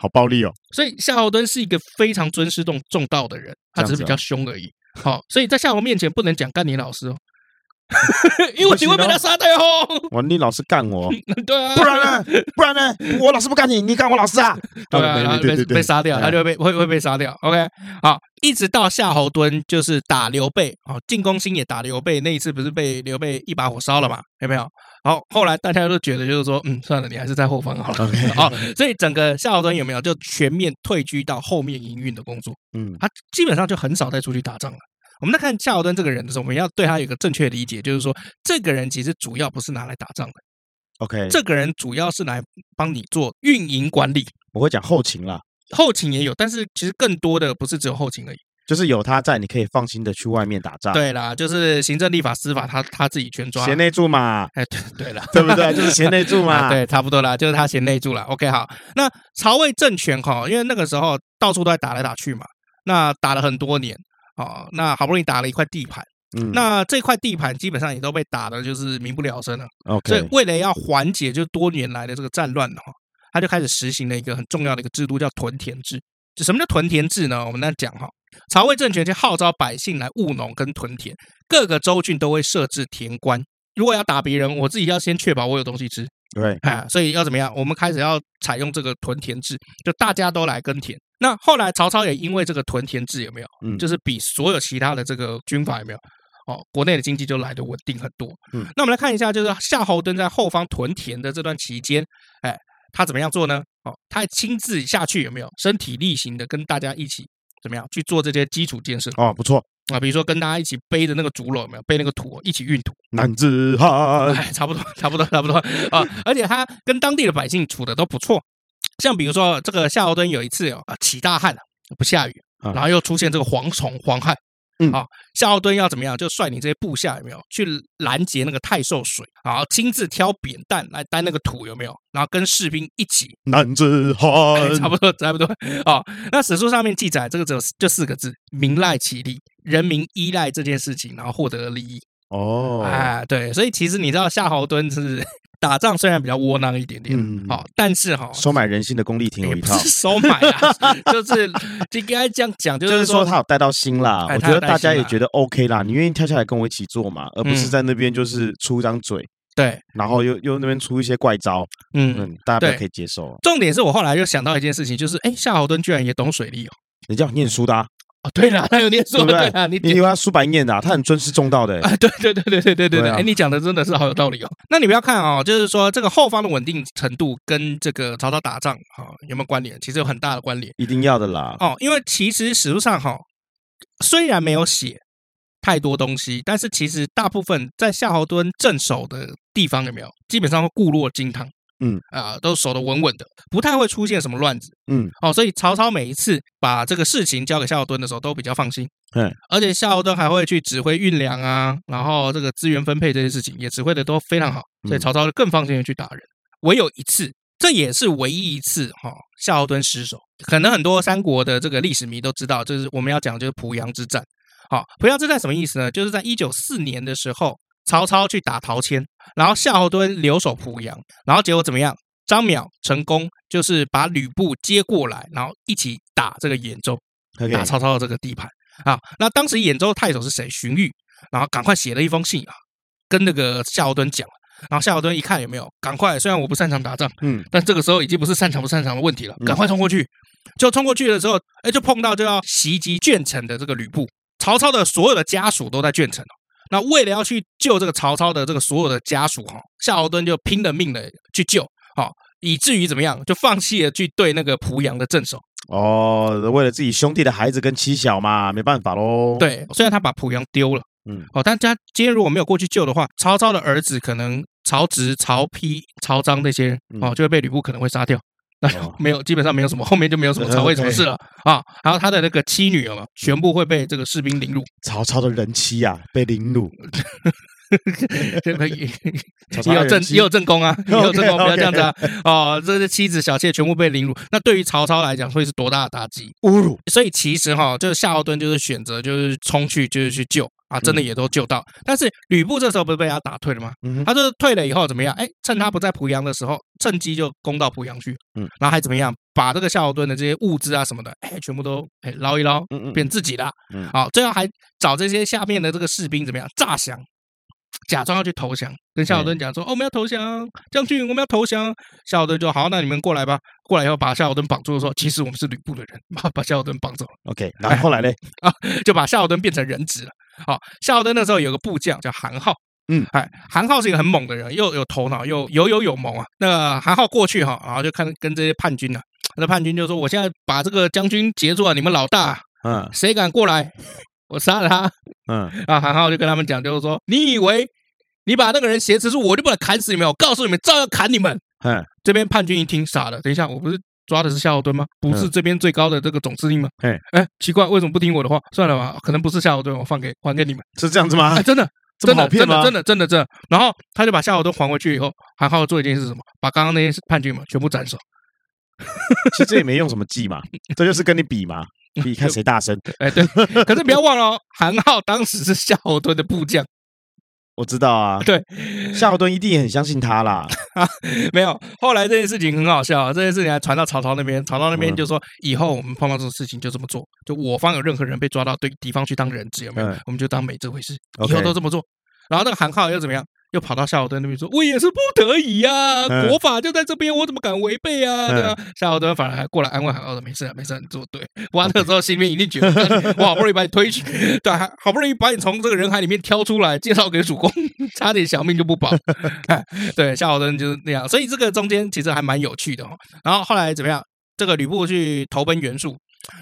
Speaker 1: 好暴力哦。
Speaker 2: 所以夏侯惇是一个非常尊师重重道的人，他
Speaker 1: 这样
Speaker 2: 只是
Speaker 1: 子
Speaker 2: 比
Speaker 1: 啊
Speaker 2: 较凶而已。好、所以在夏侯面前不能讲干你老 师哦，因为你会被他杀掉哦。
Speaker 1: 王力老师干我，
Speaker 2: 对啊，
Speaker 1: 不然呢？不然呢？我老师不干你，你干我老师啊？
Speaker 2: 对啊，然后
Speaker 1: 对对
Speaker 2: 被
Speaker 1: 对对，
Speaker 2: 被杀掉，
Speaker 1: 哎
Speaker 2: 他就会被会会被杀掉。OK，好，一直到夏侯惇就是打刘备，哦，进攻星也打刘备，那一次不是被刘备一把火烧了嘛？有没有？好，后来大家都觉得就是说，嗯，算了，你还是在后方好了。 哦，所以整个夏侯惇有没有就全面退居到后面营运的工作？
Speaker 1: 嗯
Speaker 2: 他基本上就很少再出去打仗了。我们在看夏侯惇这个人的时候，我们要对他有一个正确理解，就是说，这个人其实主要不是拿来打仗的，
Speaker 1: ，OK，
Speaker 2: 这个人主要是来帮你做运营管理。
Speaker 1: 我会讲后勤啦，
Speaker 2: 后勤也有，但是其实更多的不是只有后勤而已。
Speaker 1: 就是有他在，你可以放心的去外面打仗，，
Speaker 2: 对啦，就是行政、立法、司法，他他自己全抓。
Speaker 1: 贤内助嘛，
Speaker 2: 哎，对对啦，
Speaker 1: 对不对？就是贤内助
Speaker 2: 啊，
Speaker 1: 嘛，
Speaker 2: 对，差不多啦，就是他贤内助啦。OK，好，那曹魏政权哈，因为那个时候到处都在打来打去嘛，那打了很多年。哦，那好不容易打了一块地盘，
Speaker 1: 嗯，
Speaker 2: 那这块地盘基本上也都被打的，就是民不聊生了。所以
Speaker 1: OK，
Speaker 2: 为了要缓解就多年来的这个战乱哈，他就开始实行了一个很重要的一个制度，叫屯田制。就什么叫屯田制呢？我们来讲哈，曹魏政权就号召百姓来务农跟屯田，各个州郡都会设置田官。如果要打别人，我自己要先确保我有东西吃
Speaker 1: 对，
Speaker 2: 啊，所以要怎么样？我们开始要采用这个屯田制，就大家都来耕田。那后来曹操也因为这个屯田制有没有？
Speaker 1: 嗯，
Speaker 2: 就是比所有其他的这个军阀有没有？哦，国内的经济就来的稳定很多。
Speaker 1: 嗯，
Speaker 2: 那我们来看一下，就是夏侯惇在后方屯田的这段期间，哎，他怎么样做呢？哦，他还亲自下去有没有身体力行的跟大家一起怎么样去做这些基础建设？
Speaker 1: 哦，不错，
Speaker 2: 啊，比如说跟大家一起背着那个竹篓，有没有背那个土一起运土？
Speaker 1: 男子汉，
Speaker 2: 哎，差不多，差不多，差不多啊！而且他跟当地的百姓处的都不错，像比如说这个夏侯惇有一次哦，啊起大旱了，不下雨，
Speaker 1: 啊
Speaker 2: 然后又出现这个蝗虫、蝗旱。
Speaker 1: 嗯
Speaker 2: 啊，夏侯惇要怎么样？就率领这些部下有没有去拦截那个太寿水，然后亲自挑扁担来担那个土有没有？然后跟士兵一起
Speaker 1: 男子
Speaker 2: 哎
Speaker 1: 汉，
Speaker 2: 差不多，差不多哦。那史书上面记载，这个只有就四个字：民赖其利，人民依赖这件事情，然后获得利益。
Speaker 1: 哦，
Speaker 2: 啊，对，所以其实你知道夏侯惇是打仗虽然比较窝囊一点点，
Speaker 1: 嗯
Speaker 2: 好、但是哈、
Speaker 1: 收买人心的功力挺有
Speaker 2: 哦也
Speaker 1: 一
Speaker 2: 不
Speaker 1: 套，
Speaker 2: 是收买 啊，就是就应该这样讲，就
Speaker 1: 就是
Speaker 2: 是
Speaker 1: 说
Speaker 2: 说
Speaker 1: 他有带到心啦，
Speaker 2: 哎
Speaker 1: 我
Speaker 2: 他
Speaker 1: 觉
Speaker 2: 有
Speaker 1: 得
Speaker 2: 带
Speaker 1: 大家
Speaker 2: 心
Speaker 1: 也
Speaker 2: 啦
Speaker 1: 觉得 OK 啦，你愿意跳下来跟我一起做嘛，而不是
Speaker 2: 嗯
Speaker 1: 在那边就是出一张嘴，
Speaker 2: 对，
Speaker 1: 然后又又那边出一些怪招，
Speaker 2: 嗯。
Speaker 1: 嗯，大家比
Speaker 2: 对
Speaker 1: 较可以接受。
Speaker 2: 重点是我后来又想到一件事情，就是哎，夏侯惇居然也懂水利哦。
Speaker 1: 人家有念书的啊，
Speaker 2: 哦，对了，他有念书，
Speaker 1: 对不对
Speaker 2: 啊，你
Speaker 1: 你以为他书白念的啊，他很尊师重道的欸，
Speaker 2: 啊，对对对对对对对
Speaker 1: 对
Speaker 2: 对，
Speaker 1: 啊
Speaker 2: 哎，你讲的真的是好有道理哦。那你不要看哦，就是说这个后方的稳定程度跟这个曹操打仗哈、哦有没有关联？其实有很大的关联
Speaker 1: 一定要的啦。
Speaker 2: 哦，因为其实史书上哈、虽然没有写太多东西，但是其实大部分在夏侯惇镇守的地方有没有，基本上都固若金汤，
Speaker 1: 嗯
Speaker 2: 啊、都守得稳稳的，不太会出现什么乱子。
Speaker 1: 嗯，
Speaker 2: 哦，所以曹操每一次把这个事情交给夏侯惇的时候，都比较放心。
Speaker 1: 嗯，
Speaker 2: 而且夏侯惇还会去指挥运粮啊，然后这个资源分配这些事情也指挥的都非常好，所以
Speaker 1: 嗯
Speaker 2: 曹操就更放心的去打人。唯有一次，这也是唯一一次哈、哦，夏侯惇失手。可能很多三国的这个历史迷都知道，就是我们要讲的就是濮阳之战。好、濮阳之战什么意思呢？就是在一九四年的时候，曹操去打陶谦，然后夏侯惇留守濮阳，然后结果怎么样？张邈成功就是把吕布接过来，然后一起打这个兖州，
Speaker 1: OK，
Speaker 2: 打曹操的这个地盘啊。那当时兖州太守是谁？荀彧，然后赶快写了一封信啊，跟那个夏侯惇讲。然后夏侯惇一看有没有，赶快！虽然我不擅长打仗，
Speaker 1: 嗯，
Speaker 2: 但这个时候已经不是擅长不擅长的问题了，
Speaker 1: 嗯
Speaker 2: 赶快冲过去。就冲过去的时候，哎，就碰到就要袭击鄄城的这个吕布。曹操的所有的家属都在鄄城哦。那为了要去救这个曹操的这个所有的家属哈、哦，夏侯惇就拼了命的去救，好、哦，以至于怎么样，就放弃了去对那个濮阳的镇守。
Speaker 1: 哦，为了自己兄弟的孩子跟妻小嘛，没办法喽。，
Speaker 2: 对，虽然他把濮阳丢了，
Speaker 1: 嗯，
Speaker 2: 哦，但他今天如果没有过去救的话，曹操的儿子可能曹植、曹丕、曹彰那些人哦，
Speaker 1: 嗯
Speaker 2: 就会被吕布可能会杀掉。那就
Speaker 1: 哦
Speaker 2: 没有，基本上没有什么，后面就没有什么 曹魏什么事了啊。然后他的那个妻女有没有，全部会被这个士兵凌辱，
Speaker 1: 曹操的人妻啊，被凌辱，
Speaker 2: 嗯这个 也
Speaker 1: 曹操
Speaker 2: 也
Speaker 1: 的
Speaker 2: 有正
Speaker 1: 人妻
Speaker 2: 也有正 宫啊，也有正宫，不要
Speaker 1: OK，OK
Speaker 2: 这样子啊。哦，这些妻子小妾全部被凌辱，那对于曹操来讲会是多大的打击？
Speaker 1: 侮辱，
Speaker 2: 所以其实哈，就是夏侯惇就是选择就是冲去就是去救啊，
Speaker 1: 嗯
Speaker 2: 真的也都救到。但是吕布这时候不是被他打退了吗？
Speaker 1: 嗯哼
Speaker 2: 他就是退了以后怎么样？哎，趁他不在濮阳的时候，趁机就攻到濮阳去，
Speaker 1: 嗯，
Speaker 2: 然后还怎么样？把这个夏侯惇的这些物资啊什么的，哎，全部都哎捞一捞，
Speaker 1: 嗯嗯
Speaker 2: 变自己的啊
Speaker 1: 嗯。
Speaker 2: 好，最后还找这些下面的这个士兵怎么样诈降，假装要去投降，跟夏侯惇讲说：“哦，我们要投降，将军，我们要投降。”夏侯惇就好，那你们过来吧。过来以后把夏侯惇绑住，说：“其实我们是吕布的人。”把把夏侯惇绑走了，
Speaker 1: OK，然后后来嘞，
Speaker 2: 就把夏侯惇变成人质了。好，夏侯惇那时候有个部将叫韩浩。
Speaker 1: 嗯，
Speaker 2: 哎，韩浩是一个很猛的人，又有头脑，又有勇有谋啊。那个韩浩过去哈、然后就看跟这些叛军啊，那叛军就说：“我现在把这个将军截住啊，你们老大啊
Speaker 1: 嗯
Speaker 2: 谁敢过来，我杀了他。”
Speaker 1: 嗯，
Speaker 2: 啊，韩浩就跟他们讲，就是说，你以为你把那个人挟持住，我就不能砍死你们？我告诉你们，照样砍你们。
Speaker 1: 嗯，
Speaker 2: 这边叛军一听傻了，等一下，我不是抓的是夏侯惇吗？不是
Speaker 1: 嗯
Speaker 2: 这边最高的这个总司令吗？
Speaker 1: 嘿
Speaker 2: 哎，奇怪，为什么不听我的话？算了吧，可能不是夏侯惇，我放给还给你们。
Speaker 1: 是这样子吗
Speaker 2: 哎，？真的，
Speaker 1: 啊这么
Speaker 2: 真
Speaker 1: 好
Speaker 2: 的，
Speaker 1: 骗
Speaker 2: 真的，
Speaker 1: 吗？
Speaker 2: 真的，真的，真的。然后他就把夏侯惇还回去以后，韩浩做一件事是什么？把刚刚那些叛军们全部斩首。
Speaker 1: 其实这也没用什么计嘛，这就是跟你比 嘛，比看谁大声。
Speaker 2: 哎， 对，可是不要忘了哦，韩浩当时是夏侯惇的部将。
Speaker 1: 我知道啊，
Speaker 2: 对，
Speaker 1: 夏侯惇一定也很相信他 啦。
Speaker 2: 没有，后来这件事情很好笑，啊这件事情还传到曹操那边，曹操那边
Speaker 1: 嗯
Speaker 2: 就说，以后我们碰到这种事情就这么做，就我方有任何人被抓到对敌方去当人质，有没有
Speaker 1: 嗯？
Speaker 2: 我们就当没这回事，以
Speaker 1: OK
Speaker 2: 后都这么做。然后那个韩浩又怎么样？又跑到夏侯惇那边说：“我也是不得已啊呀、
Speaker 1: 嗯
Speaker 2: 国法就在这边，我怎么敢违背啊？”
Speaker 1: 嗯
Speaker 2: 对啊，夏侯惇反而还过来安慰韩浩说：“没事啊，没事啊，你做对。”哇，那个时候心里面一定觉得， 干我好不容易把你推去，对啊、还好不容易把你从这个人海里面挑出来，介绍给主公， 差点小命就不保。哎对，夏侯惇就是那样，所以这个中间其实还蛮有趣的哦。然后后来怎么样？这个吕布去投奔袁术，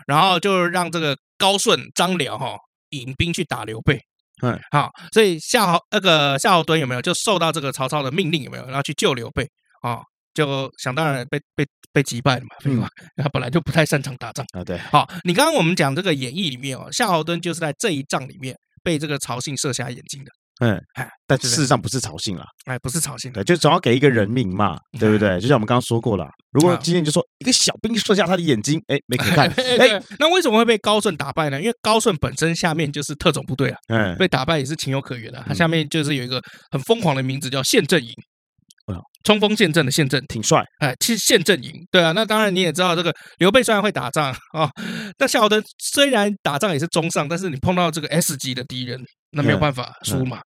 Speaker 2: 然后就让这个高顺、张辽哈、引兵去打刘备。
Speaker 1: 嗯，
Speaker 2: 好，所以夏侯那个夏侯惇有没有就受到这个曹操的命令有没有，然后去救刘备啊、哦？就想当然被被被击败了嘛，废话， 他本来就不太擅长打仗。
Speaker 1: 啊，对，
Speaker 2: 好，你刚刚我们讲这个演义里面哦，夏侯惇就是在这一仗里面被这个曹信射瞎眼睛的，
Speaker 1: 嗯
Speaker 2: 哎，
Speaker 1: 但
Speaker 2: 是
Speaker 1: 事
Speaker 2: 的
Speaker 1: 实上不是曹信啦，
Speaker 2: 哎，不是曹信的，
Speaker 1: 对，就总要给一个人命嘛，
Speaker 2: 嗯
Speaker 1: 对不对？就像我们刚刚说过了，如果
Speaker 2: 啊，
Speaker 1: 今天就说一个小兵射下他的眼睛，哎，没可看
Speaker 2: 哎，那为什么会被高顺打败呢？因为高顺本身下面就是特种部队啊，
Speaker 1: 嗯，
Speaker 2: 被打败也是情有可原的、他下面就是有一个很疯狂的名字叫宪政营
Speaker 1: 哎呦，
Speaker 2: 冲锋陷阵的宪政，
Speaker 1: 挺帅，
Speaker 2: 哎，其实宪阵营，对啊。那当然你也知道，这个刘备虽然会打仗啊、哦，但夏侯惇虽然打仗也是中上，但是你碰到这个 S 级的敌人，那没有办法输嘛。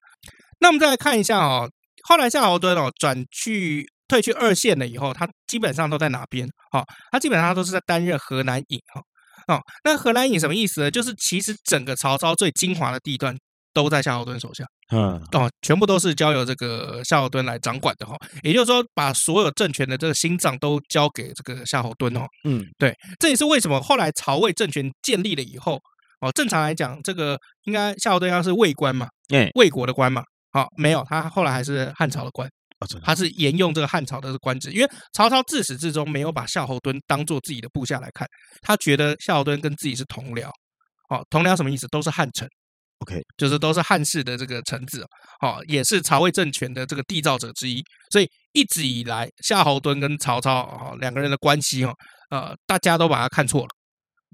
Speaker 2: 那我们再来看一下哦，后来夏侯惇哦转去退去二线了以后，他基本上都在哪边？哦，他基本上都是在担任河南尹哦。哦，那河南尹什么意思呢？就是其实整个曹操最精华的地段都在夏侯惇手下。
Speaker 1: 嗯，
Speaker 2: 哦，全部都是交由这个夏侯惇来掌管的哈、也就是说，把所有政权的这个心脏都交给这个夏侯惇哦。
Speaker 1: 嗯，
Speaker 2: 对，这也是为什么后来曹魏政权建立了以后，哦，正常来讲，这个应该夏侯惇要是魏官嘛，
Speaker 1: 哎，
Speaker 2: 魏国的官嘛，好、没有，他后来还是汉朝的官，
Speaker 1: 哦，真的，
Speaker 2: 他是沿用这个汉朝的官职，因为曹操自始至终没有把夏侯惇当做自己的部下来看，他觉得夏侯惇跟自己是同僚，哦，同僚什么意思？都是汉臣。
Speaker 1: OK
Speaker 2: 就是都是汉室的这个臣子哦，哦也是曹魏政权的这个缔造者之一，所以一直以来夏侯惇跟曹操哦两个人的关系哦，呃，大家都把他看错了。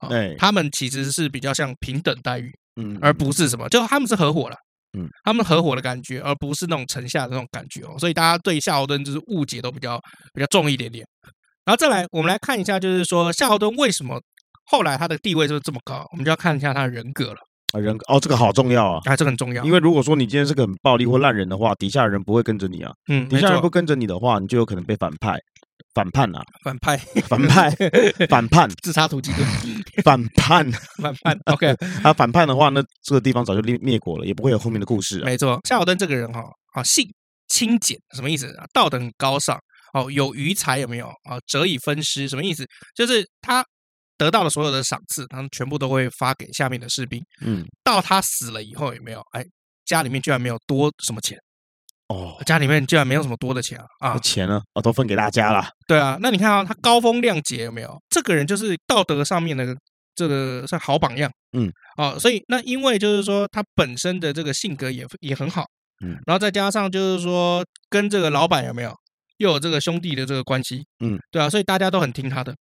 Speaker 2: 哦
Speaker 1: 对
Speaker 2: 他们其实是比较像平等待遇，
Speaker 1: 嗯，
Speaker 2: 而不是什么，就他们是合伙了，
Speaker 1: 嗯，
Speaker 2: 他们合伙的感觉，而不是那种城下的那种感觉哦。所以大家对夏侯惇就是误解都比较比较重一点点。然后再来，我们来看一下，就是说夏侯惇为什么后来他的地位就是这么高，我们就要看一下他的人格了，
Speaker 1: 啊人哦，这个好重要啊，
Speaker 2: 啊，这个很重要
Speaker 1: 因。为如果说你今天是个很暴力或烂人的话，底下人不会跟着你啊，
Speaker 2: 嗯，
Speaker 1: 底
Speaker 2: 没
Speaker 1: 下人不
Speaker 2: 错，
Speaker 1: 跟着你的话，你就有可能被反派。反叛 啊，
Speaker 2: 反派
Speaker 1: 反派，反叛，
Speaker 2: 自杀突击队，
Speaker 1: 反叛
Speaker 2: 反 叛。OK，
Speaker 1: 啊！反叛的话，那这个地方早就灭灭国了，也不会有后面的故事啊。
Speaker 2: 没错，夏侯惇这个人哈、啊，性清简什么意思？啊道德很高尚哦，有余财有没有啊？折以分施什么意思？就是他得到了所有的赏赐，他们全部都会发给下面的士兵。
Speaker 1: 嗯，
Speaker 2: 到他死了以后有没有？哎，家里面居然没有多什么钱，
Speaker 1: 哦，
Speaker 2: 家里面居然没有什么多的钱啊！
Speaker 1: 那
Speaker 2: 啊
Speaker 1: 钱呢？哦，都分给大家了。
Speaker 2: 对啊，那你看啊，他高风亮节有没有？这个人就是道德上面的这个算好榜样，
Speaker 1: 嗯，
Speaker 2: 哦，所以那因为就是说他本身的这个性格也也很好，
Speaker 1: 嗯，
Speaker 2: 然后再加上就是说跟这个老板有没有又有这个兄弟的这个关系，
Speaker 1: 嗯，
Speaker 2: 对啊，所以大家都很听他的，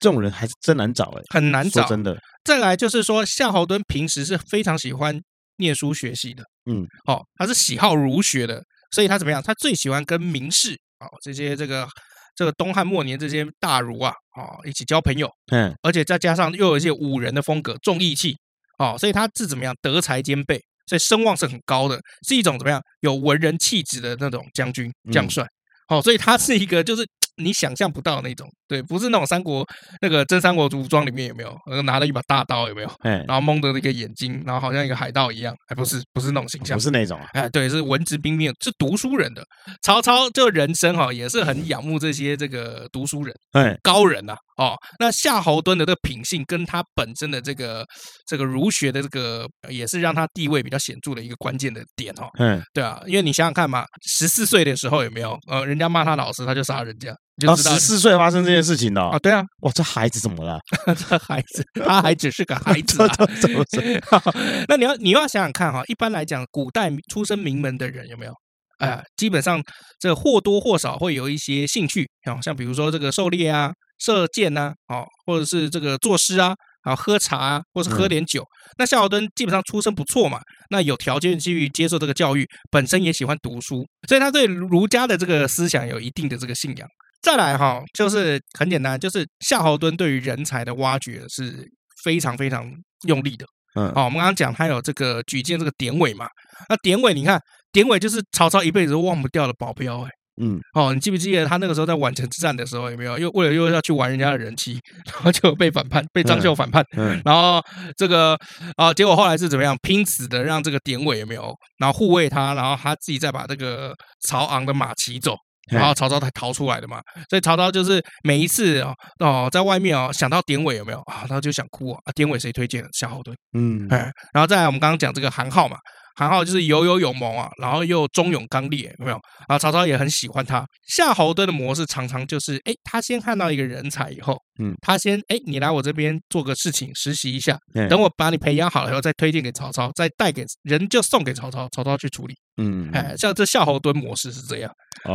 Speaker 1: 这种人还是真难找哎、
Speaker 2: 很难
Speaker 1: 说
Speaker 2: 找。
Speaker 1: 真的，
Speaker 2: 再来就是说，夏侯惇平时是非常喜欢念书学习的，
Speaker 1: 嗯，
Speaker 2: 哦，他是喜好儒学的，所以他怎么样？他最喜欢跟名士哦，这些这个这个东汉末年这些大儒啊，哦，一起交朋友，
Speaker 1: 嗯，
Speaker 2: 而且再加上又有一些武人的风格，重义气，哦，所以他是怎么样？德才兼备，所以声望是很高的，是一种怎么样有文人气质的那种将军将
Speaker 1: 嗯
Speaker 2: 帅。哦，所以他是一个就是你想象不到那种，对，不是那种三国那个真三国武装里面有没有呃拿了一把大刀有没有，
Speaker 1: 哎，
Speaker 2: 然后蒙着一个眼睛，然后好像一个海盗一样，哎，不是，不是那种形象
Speaker 1: 不。是那种啊，
Speaker 2: 哎，对，是文质彬彬的，是读书人的。曹操这人生哈、也是很仰慕这些这个读书人。
Speaker 1: 哎，
Speaker 2: 高人呐、啊，哦，那夏侯惇的这个品性跟他本身的这个这个儒学的这个，呃也是让他地位比较显著的一个关键的点哦，
Speaker 1: 嗯，
Speaker 2: 对啊，因为你想想看嘛，十四岁的时候有没有呃，人家骂他老师，他就杀人家，你
Speaker 1: 然
Speaker 2: 就
Speaker 1: 后
Speaker 2: 知道
Speaker 1: 哦十四岁发生这件事情的、哦
Speaker 2: 啊，对啊，
Speaker 1: 哇，这孩子怎么了？
Speaker 2: 这孩子他还只是个孩子
Speaker 1: 这
Speaker 2: 啊。
Speaker 1: 这怎么是？
Speaker 2: 那你要你要想想看哈、一般来讲，古代出身名门的人有没有？哎、基本上这或多或少会有一些兴趣，啊，像比如说这个狩猎啊、射箭呐、啊，哦，或者是这个作诗啊，啊，喝茶啊，或是
Speaker 1: 嗯
Speaker 2: 喝点酒。那夏侯惇基本上出身不错嘛，那有条件去接受这个教育，本身也喜欢读书，所以他对儒家的这个思想有一定的这个信仰。再来哈、就是很简单，就是夏侯惇对于人才的挖掘是非常非常用力的。
Speaker 1: 嗯，
Speaker 2: 哦，我们刚刚讲他有这个举荐这个典韦嘛，那典韦你看，典韦就是曹操一辈子都忘不掉的保镖哎、
Speaker 1: 嗯，
Speaker 2: 哦，你记不记得他那个时候在宛城之战的时候，有没有又为了又要去玩人家的人妻，然后就被反叛，被张绣反叛，
Speaker 1: 嗯，
Speaker 2: 然后这个啊、结果后来是怎么样？拼死的让这个典韦有没有，然后护卫他，然后他自己再把这个曹昂的马骑走，
Speaker 1: 嘿
Speaker 2: 然后曹操才逃出来的嘛。所以曹操就是每一次哦哦，在外面哦想到典韦有没有啊，他就想哭啊，啊典韦谁推荐的？夏侯惇。
Speaker 1: 嗯
Speaker 2: 哎，然后再来我们刚刚讲这个韩浩嘛，韩浩就是有勇有谋啊，然后又忠勇刚烈，有没有？啊，曹操也很喜欢他。夏侯惇的模式常常就是，哎，他先看到一个人才以后，
Speaker 1: 嗯，
Speaker 2: 他先，哎，你来我这边做个事情，实习一下
Speaker 1: 哎，
Speaker 2: 等我把你培养好了以后，再推荐给曹操，再带给人就送给曹操，曹操去处理。
Speaker 1: 嗯
Speaker 2: 哎，像这夏侯惇模式是这样
Speaker 1: 啊，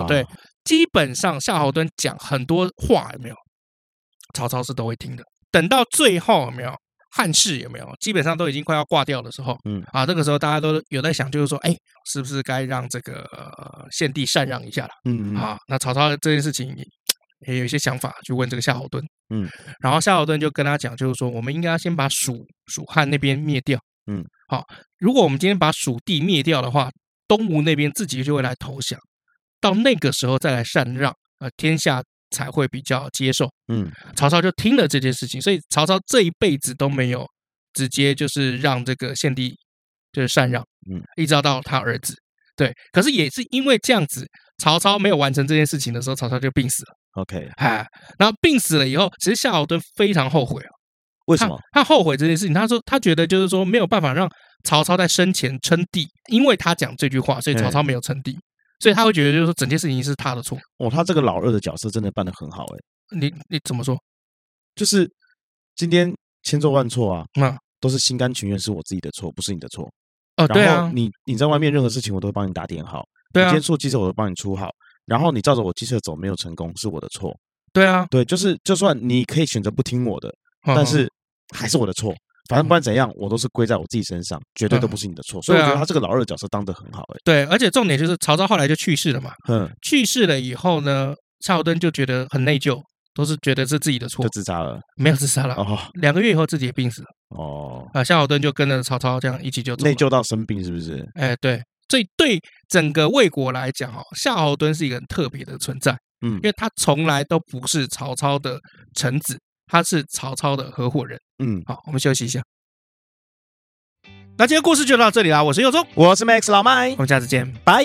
Speaker 2: 哦对，基本上夏侯惇讲很多话有没有，曹操是都会听的。等到最后有没有汉室有没有，基本上都已经快要挂掉的时候，
Speaker 1: 嗯
Speaker 2: 啊，这个时候大家都有在想，就是说，哎，是不是该让这个呃献帝禅让一下了？
Speaker 1: 嗯嗯
Speaker 2: 啊，那曹操这件事情也也有一些想法，去问这个夏侯惇。
Speaker 1: 嗯，
Speaker 2: 然后夏侯惇就跟他讲，就是说，我们应该要先把蜀蜀汉那边灭掉。
Speaker 1: 嗯，
Speaker 2: 好，如果我们今天把蜀地灭掉的话，东吴那边自己就会来投降，到那个时候再来禅让，呃，天下才会比较接受。
Speaker 1: 嗯
Speaker 2: 曹操就听了这件事情，所以曹操这一辈子都没有直接就是让这个献帝就是禅让，
Speaker 1: 嗯，
Speaker 2: 一直到他儿子，对。可是也是因为这样子，曹操没有完成这件事情的时候，曹操就病死了，
Speaker 1: ，OK，
Speaker 2: 哎，然后病死了以后，其实夏侯惇非常后悔哦，
Speaker 1: 为什
Speaker 2: 他
Speaker 1: 么？
Speaker 2: 他后悔这件事情，他说他觉得就是说没有办法让曹操在生前称帝，因为他讲这句话，所以曹操没有称帝，所以他会觉得就是说整件事情是他的错。
Speaker 1: 哦，他这个老二的角色真的扮的很好，哎，
Speaker 2: 你你怎么说？
Speaker 1: 就是今天千错万错啊，
Speaker 2: 嗯，
Speaker 1: 都是心甘情愿是我自己的错，不是你的错。
Speaker 2: 哦，对
Speaker 1: 然后
Speaker 2: 啊，
Speaker 1: 你你在外面任何事情我都会帮你打点好，
Speaker 2: 对
Speaker 1: 你
Speaker 2: 啊
Speaker 1: 今天，出计策我会帮你出好，然后你照着我计策走没有成功是我的错，
Speaker 2: 对啊，
Speaker 1: 对，就是就算你可以选择不听我的，但
Speaker 2: 嗯
Speaker 1: 是还是我的错。反正不管怎样，我都是归在我自己身上，绝对都不是你的错。所以我
Speaker 2: 对啊
Speaker 1: 觉得他这个老二的角色当得很好、欸，
Speaker 2: 对，而且重点就是曹操后来就去世了嘛，
Speaker 1: 嗯，
Speaker 2: 去世了以后呢，夏侯惇就觉得很内疚，都是觉得是自己的错
Speaker 1: 就，自杀了。
Speaker 2: 没有自杀了。
Speaker 1: 哦
Speaker 2: 两个月以后自己也病死了
Speaker 1: 哦，
Speaker 2: 啊，夏侯惇就跟着曹操这样一起就走了
Speaker 1: 内。疚到生病是不是？
Speaker 2: 哎，对，所以对整个魏国来讲哦，夏侯惇是一个很特别的存在，
Speaker 1: 嗯
Speaker 2: 因为他从来都不是曹操的臣子，他是曹操的合伙人。
Speaker 1: 嗯，
Speaker 2: 好，我们休息一下。那今天故事就到这里啦，我是佑宗，
Speaker 1: 我是 Max 老麦
Speaker 2: 我，们下次见。
Speaker 1: 拜。